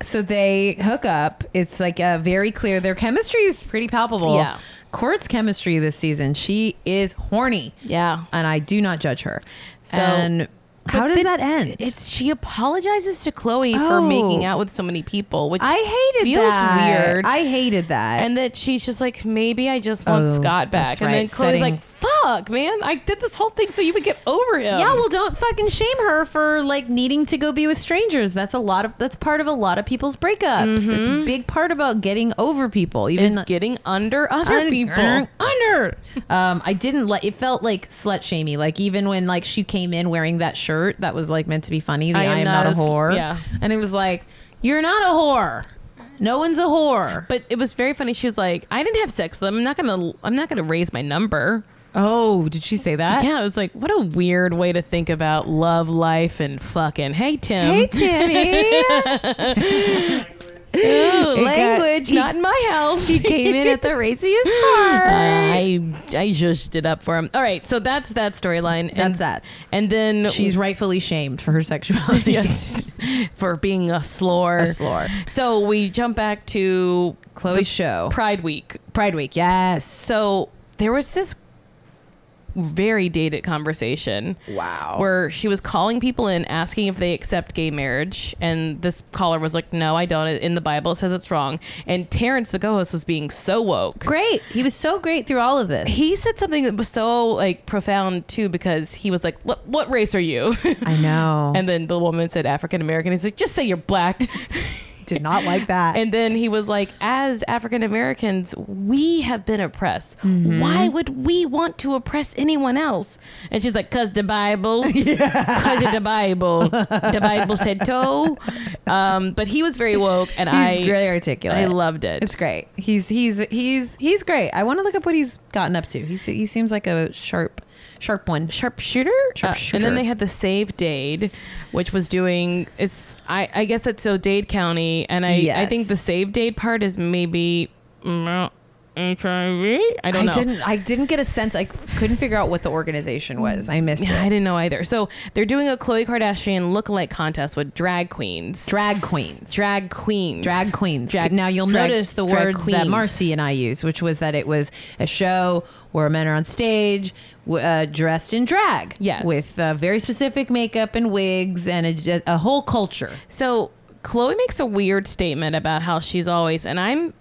A: so they hook up. It's like uh, very clear. Their chemistry is pretty palpable.
B: Yeah.
A: Court's chemistry this season. She is horny,
B: yeah
A: and I do not judge her.
B: So-
A: and how
B: But
A: does
B: then
A: that end?
B: it's she apologizes to chloe for
A: Oh.
B: making out with so many people which
A: I hated
B: feels
A: that.
B: weird
A: I hated that.
B: and that she's just like, maybe I just want
A: Oh,
B: Scott back.
A: that's
B: And then
A: right,
B: Chloe's
A: setting-
B: like, fuck, man, I did this whole thing so you would get over him.
A: yeah, well, don't fucking shame her for like needing to go be with strangers. That's a lot of that's part of a lot of people's breakups. It's
B: Mm-hmm.
A: a big part about getting over people. Even
B: is getting under other
A: Un-
B: people.
A: un- under. Um, I didn't like. It felt like slut shamey. Like even when like she came in wearing that shirt that was like meant to be funny. The I am, not, a
B: s-
A: whore.
B: yeah.
A: and it was like you're not a whore. No one's a whore.
B: But it was very funny. She was like, I didn't have sex with him. I'm not gonna I'm not gonna raise my number.
A: Oh, did she say that?
B: yeah, it was like, what a weird way to think about love, life, and fucking hey Tim.
A: [laughs] Hey
B: [laughs]
A: Timmy, language
B: e [laughs] Uh,
A: not in my house. He came in [laughs] at the raciest part.
B: I I just did up for him. All right, so that's that storyline. and-
A: That's that.
B: And then
A: She's rightfully shamed for her [laughs] sexuality.
B: yes for being a slore.
A: A slore.
B: So we jump back to
A: Chloe's show.
B: Pride Week.
A: Pride Week. Yes.
B: So there was this very dated conversation.
A: Wow.
B: Where she was calling people in asking if they accept gay marriage. And this caller was like, No, I don't. In the Bible, it says it's wrong. And Terrence, the co host, was being so woke.
A: Great. He was so great through all of this.
B: He said something that was so like profound too because he was like, "Look, "What race are [laughs] you?"
A: I know.
B: and then the woman said African American. He's like, "Just say you're black." [laughs]
C: did not like that.
B: And then he was like, as African Americans, we have been oppressed. Why would we want to oppress anyone else? And she's like, cause the [laughs] Bible, cause of the Bible, the Bible said so. Um, but he was very woke, and
A: He's
B: I,
A: very articulate.
B: I loved it.
A: It's great. He's he's he's he's great. I want to look up what he's gotten up to. He se- he seems like a sharp sharp one.
B: sharpshooter. Uh,
A: Sharpshooter.
B: and then they had the Save Dade, which was doing it's I, I guess it's so Dade County, and I I
A: Yes.
B: think the Save Dade part is maybe. mm, HIV? I don't know.
A: didn't I didn't get a sense. I f- couldn't figure out what the organization was. I missed
B: [laughs] Yeah, I
A: it.
B: didn't know either. So they're doing a Khloe Kardashian lookalike contest with drag queens.
A: Drag queens.
B: Drag queens.
A: Drag queens.
B: Drag-
A: now you'll
B: drag-
A: notice the
B: drag
A: words that
B: queens.
A: Marcy and I used, which was that it was a show where men are on stage w- uh, dressed in drag,
B: Yes.
A: with uh, very specific makeup and wigs and a, a whole culture.
B: So Chloe makes a weird statement about how she's always, and I'm,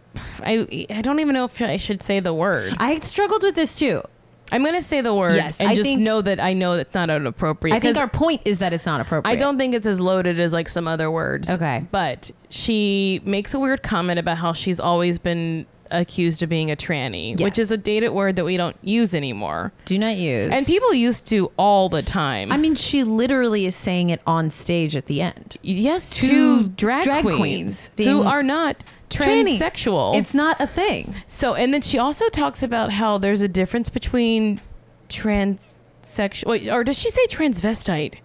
B: I, I don't even know if I should say the word.
A: I struggled with this too.
B: I'm going to say the word
A: Yes,
B: and
A: I
B: just
A: think-
B: know that I know that's not inappropriate.
A: I think
B: 'cause
A: our point is that it's not appropriate.
B: I don't think it's as loaded as like some other words.
A: Okay.
B: But she makes a weird comment about how she's always been accused of being a tranny,
A: Yes.
B: which is a dated word that we don't use anymore.
A: do not use.
B: And people used to all the time.
A: I mean, she literally is saying it on stage at the end.
B: yes,
A: two
B: two drag,
A: drag
B: queens,
A: queens
B: who
A: being
B: are not
A: tranny.
B: transsexual.
A: It's not a thing.
B: so, and then she also talks about how there's a difference between transsexual, wait, or does she say transvestite?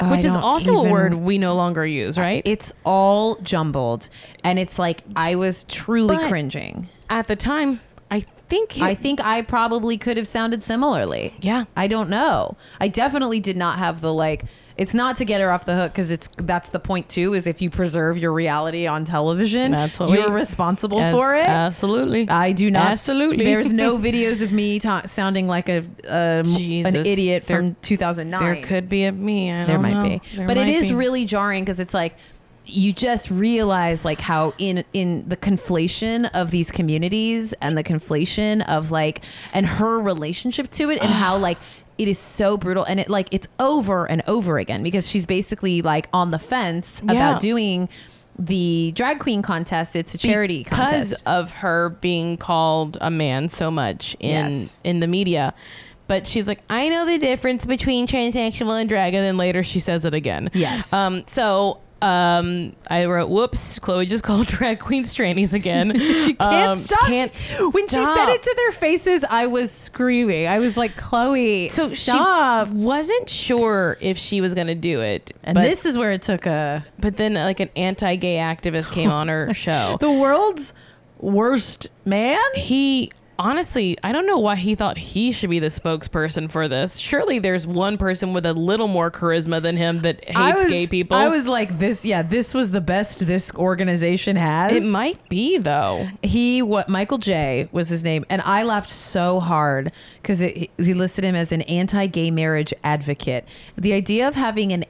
A: Oh,
B: Which
A: I
B: is
A: don't
B: also
A: even-
B: a word we no longer use, right?
A: It's all jumbled, and it's like I was truly
B: But-
A: cringing.
B: At the time, I think. It,
A: I think I probably could have sounded similarly.
B: Yeah.
A: I don't know. I definitely did not have the like
D: It's not to get her off the hook because it's that's the point too. Is if you preserve your reality on television,
B: That's what
D: you're
B: we-
D: responsible
B: As-
D: for it.
B: Absolutely.
D: I do not.
B: Absolutely.
D: There's [laughs] no videos of me ta- sounding like a, a
B: Jesus.
D: an idiot
B: There-
D: from 2009.
B: [laughs] There could be a me. I
D: There
B: don't
D: might
B: know.
D: be,
B: There
D: but it
B: might
D: is
B: be.
D: really jarring because it's like you just realize like how in in the conflation of these communities and the conflation of like and her relationship to it and [sighs] how like it is so brutal and it like it's over and over again because she's basically like on the fence
B: Yeah.
D: about doing the drag queen contest it's a charity
B: because
D: contest
B: of her being called a man so much in
D: Yes.
B: in the media. But she's like, I know the difference between transsexual and drag, and then later she says it again.
D: Yes.
B: Um. So. Um, I wrote, "Whoops, Chloe just [laughs] called drag queens trannies
A: [laughs]
B: again." she
A: Can't stop.
B: Um, Can't
A: when she said
B: stop.
A: it to their faces, I was screaming. I was like, Chloe,
B: so
A: stop.
B: she wasn't sure if she was going to do it,
A: and
B: but,
A: this is where it took a
B: But then, like an anti-gay activist came on
A: [laughs]
B: her show.
A: the world's worst man.
B: he honestly i don't know why he thought he should be the spokesperson for this surely there's one person with a little more charisma than him that hates
A: was,
B: gay people
A: I was like, this, yeah, this was the best this organization has.
B: it might be though
A: he what Michael J was his name, and I laughed so hard because he listed him as an anti-gay marriage advocate. The idea of having an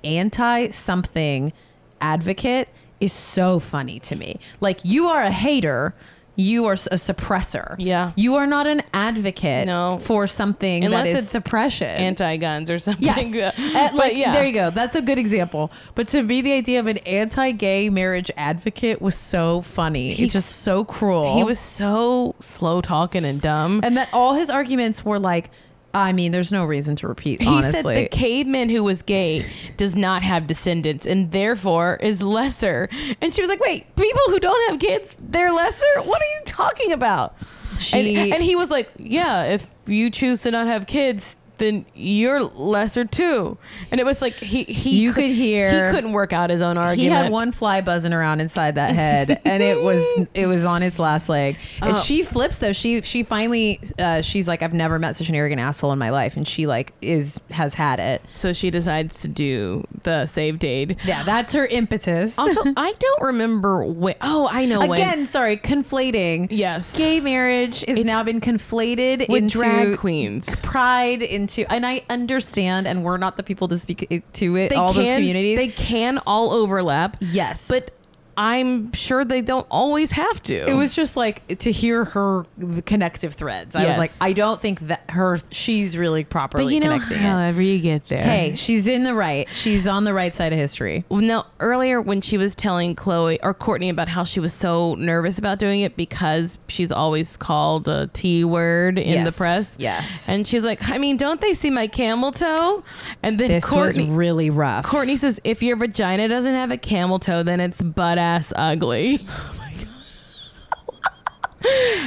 A: anti-something advocate is so funny to me. Like you are a hater. You are s- a suppressor.
B: Yeah.
A: You are not an advocate
B: No.
A: for something
B: Unless
A: that
B: it's
A: is suppression.
B: anti-guns or something
A: Yes.
B: but
A: Uh, like,
B: [laughs] yeah
A: There you go. That's a good example. But to me, the idea of an anti gay marriage advocate was so funny.
B: He's-
A: it's just so cruel.
B: he was so slow talking and dumb
A: And that all his arguments were like, I mean, there's no reason to repeat,
B: he said
A: honestly.
B: the caveman who was gay does not have descendants and therefore is lesser. And she was like, "Wait, people who don't have kids, they're lesser? What are you talking about?"
A: She-
B: and, and he was like, "Yeah, if you choose to not have kids, then you're lesser too." And it was like he he
A: You could hear-
B: he couldn't work out his own argument.
A: he had one fly buzzing around inside that head, and it was it was on its last leg. And
B: Oh.
A: she flips though. She she finally uh, she's like, I've never met such an arrogant asshole in my life, and she like is has had it.
B: so she decides to do the save date.
A: Yeah, that's her impetus.
B: Also, I don't remember when. Oh, I know when.
A: Again, sorry, conflating.
B: Yes.
A: gay marriage has
B: It's-
A: now been conflated
B: with
A: into
B: drag queens.
A: pride into, and I understand, and we're not the people to speak it- to it.
B: They
A: all those
B: can-
A: communities,
B: they can all overlap.
A: yes,
B: but I'm sure they don't always have to.
A: it was just like to hear her the connective threads. I
B: Yes.
A: was like, I don't think that her she's really properly
B: but you know,
A: connecting. it.
B: however you get there.
A: Hey, she's in the right. She's on the right side of history.
B: Well, No, earlier when she was telling Chloe or Courtney about how she was so nervous about doing it because she's always called a T word in the
A: Yes.
B: press.
A: Yes.
B: And she's like, I mean, don't they see my camel toe? And then
A: This
B: Courtney,
A: was really rough.
B: Courtney says, if your vagina doesn't have a camel toe, then it's butt ass
A: [laughs]
B: ugly.
A: Oh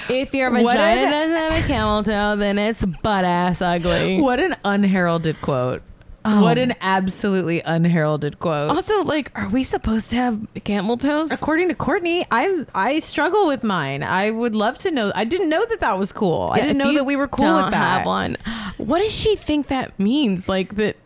B: If your
A: What
B: vagina
A: an-
B: doesn't have a camel toe, then it's butt ass ugly.
A: what an unheralded quote. What an absolutely unheralded quote.
B: Oh. Also, like, are we supposed to have camel toes?
A: According to Courtney, I'm I struggle with mine. I would love to know. I didn't know that that was cool. I
B: Yeah,
A: didn't
B: if
A: know
B: you
A: that we were cool
B: don't
A: with that.
B: Have one. What does she think that means? Like that?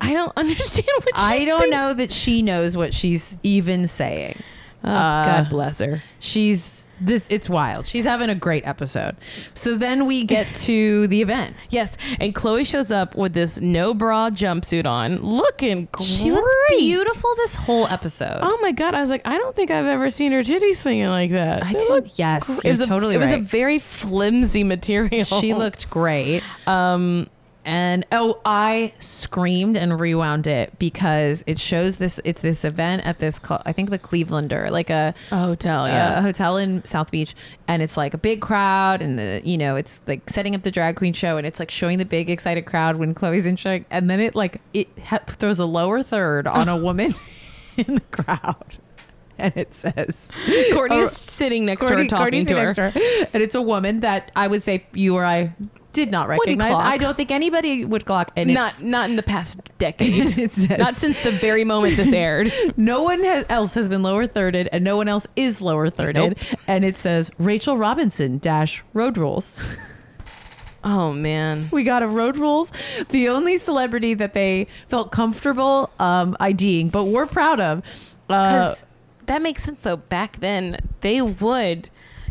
B: I don't [laughs] understand what she
A: I don't
B: thinks.
A: know that she knows what she's even saying.
B: Oh,
A: Uh,
B: God bless her.
A: She's this. It's wild. She's having a great episode. So then we
B: [laughs]
A: get to the event.
B: Yes, and Chloe shows up with this no bra jumpsuit on, looking great.
A: She looked beautiful this whole episode.
B: Oh my God! I was like, I don't think I've ever seen her titties swinging like that.
A: I
B: They
A: didn't.
B: looked
A: yes,
B: gr-
A: you're
B: was a,
A: totally
B: It was a
A: right.
B: very flimsy material.
A: she
B: [laughs]
A: looked great.
B: Um,
A: And oh, I screamed and rewound it because it shows this. It's this event at this. cl- I think the Clevelander, like a
B: a hotel.
A: uh,
B: Oh, Yeah.
A: a hotel in South Beach, and it's like a big crowd, and the you know it's like setting up the drag queen show, and it's like showing the big excited crowd when Chloe's in check, and then it like it ha- throws a lower third on a woman [laughs] in the crowd, and it says
B: Uh, [laughs]
A: or-
B: Courtney's sitting next
A: Courtney-
B: to her,
A: Courtney's
B: talking to her.
A: next her, and it's a woman that I would say you or I did not
B: Wouldn't
A: recognize.
B: clock.
A: I don't think anybody would clock, and
B: not
A: it's,
B: not in the past [laughs]
A: [laughs]
B: decade.
A: It says-
B: not since the very moment this [laughs] aired.
A: no one has, else has been lower thirded, and no one else is lower thirded, and it says Rachel Robinson dash road rules.
B: Oh man.
A: We got a road rules. The only celebrity that they felt comfortable um, IDing, but we're proud of. Uh,
B: 'Cause that makes sense though. Back then, they would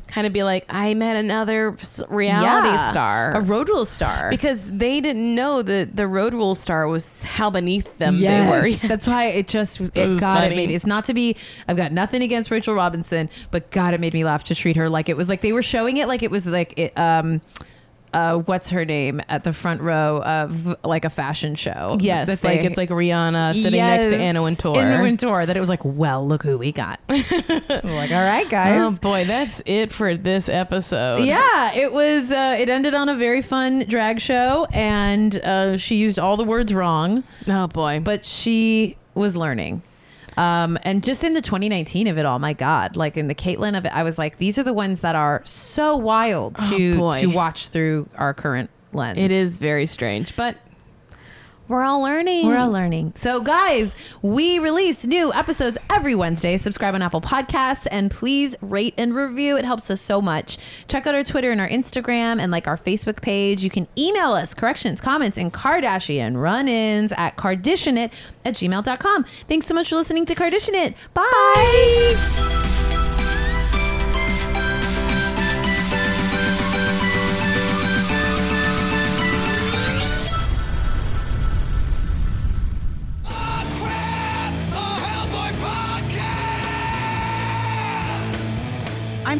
B: kind of be like, "I met another s- reality
A: yeah,
B: star,"
A: a road rules star.
B: because they didn't know that the road rule star was how beneath them
A: Yes,
B: they were.
A: [laughs] that's why it just it,
B: was
A: God it
B: funny.
A: made it's not to be. I've got nothing against Rachel Robinson, but God, it made me laugh to treat her like it was like they were showing it like it was like it, um. Uh, what's her name at the front row of like a fashion show?
B: Yes,
A: that
B: like
A: they-
B: it's like Rihanna sitting next to
A: Yes,
B: Anna Wintour.
A: Anna Wintour. That it was like, well, look who we
B: [laughs]
A: got. I'm like, all right, guys.
B: Oh boy, that's it for this episode.
A: Yeah, it was. Uh, it ended on a very fun drag show, and uh, she used all the words wrong,
B: Oh boy.
A: but she was learning. Um, and just in the 2019 of it all, my God, like in the Caitlyn of it, I was like, these are the ones that are so wild to
B: Oh, boy.
A: to watch through our current lens.
B: it is very strange, but we're all learning.
A: We're all learning. So, guys, we release new episodes every Wednesday. Subscribe on Apple Podcasts and please rate and review. It helps us so much. Check out our Twitter and our Instagram and like our Facebook page. You can email us corrections, comments, and Kardashian run ins at carditionit at gmail.com. Thanks so much for listening to Cardition It. Bye.
E: A Crab, a Hellboy podcast!
F: I'm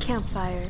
G: Campfire.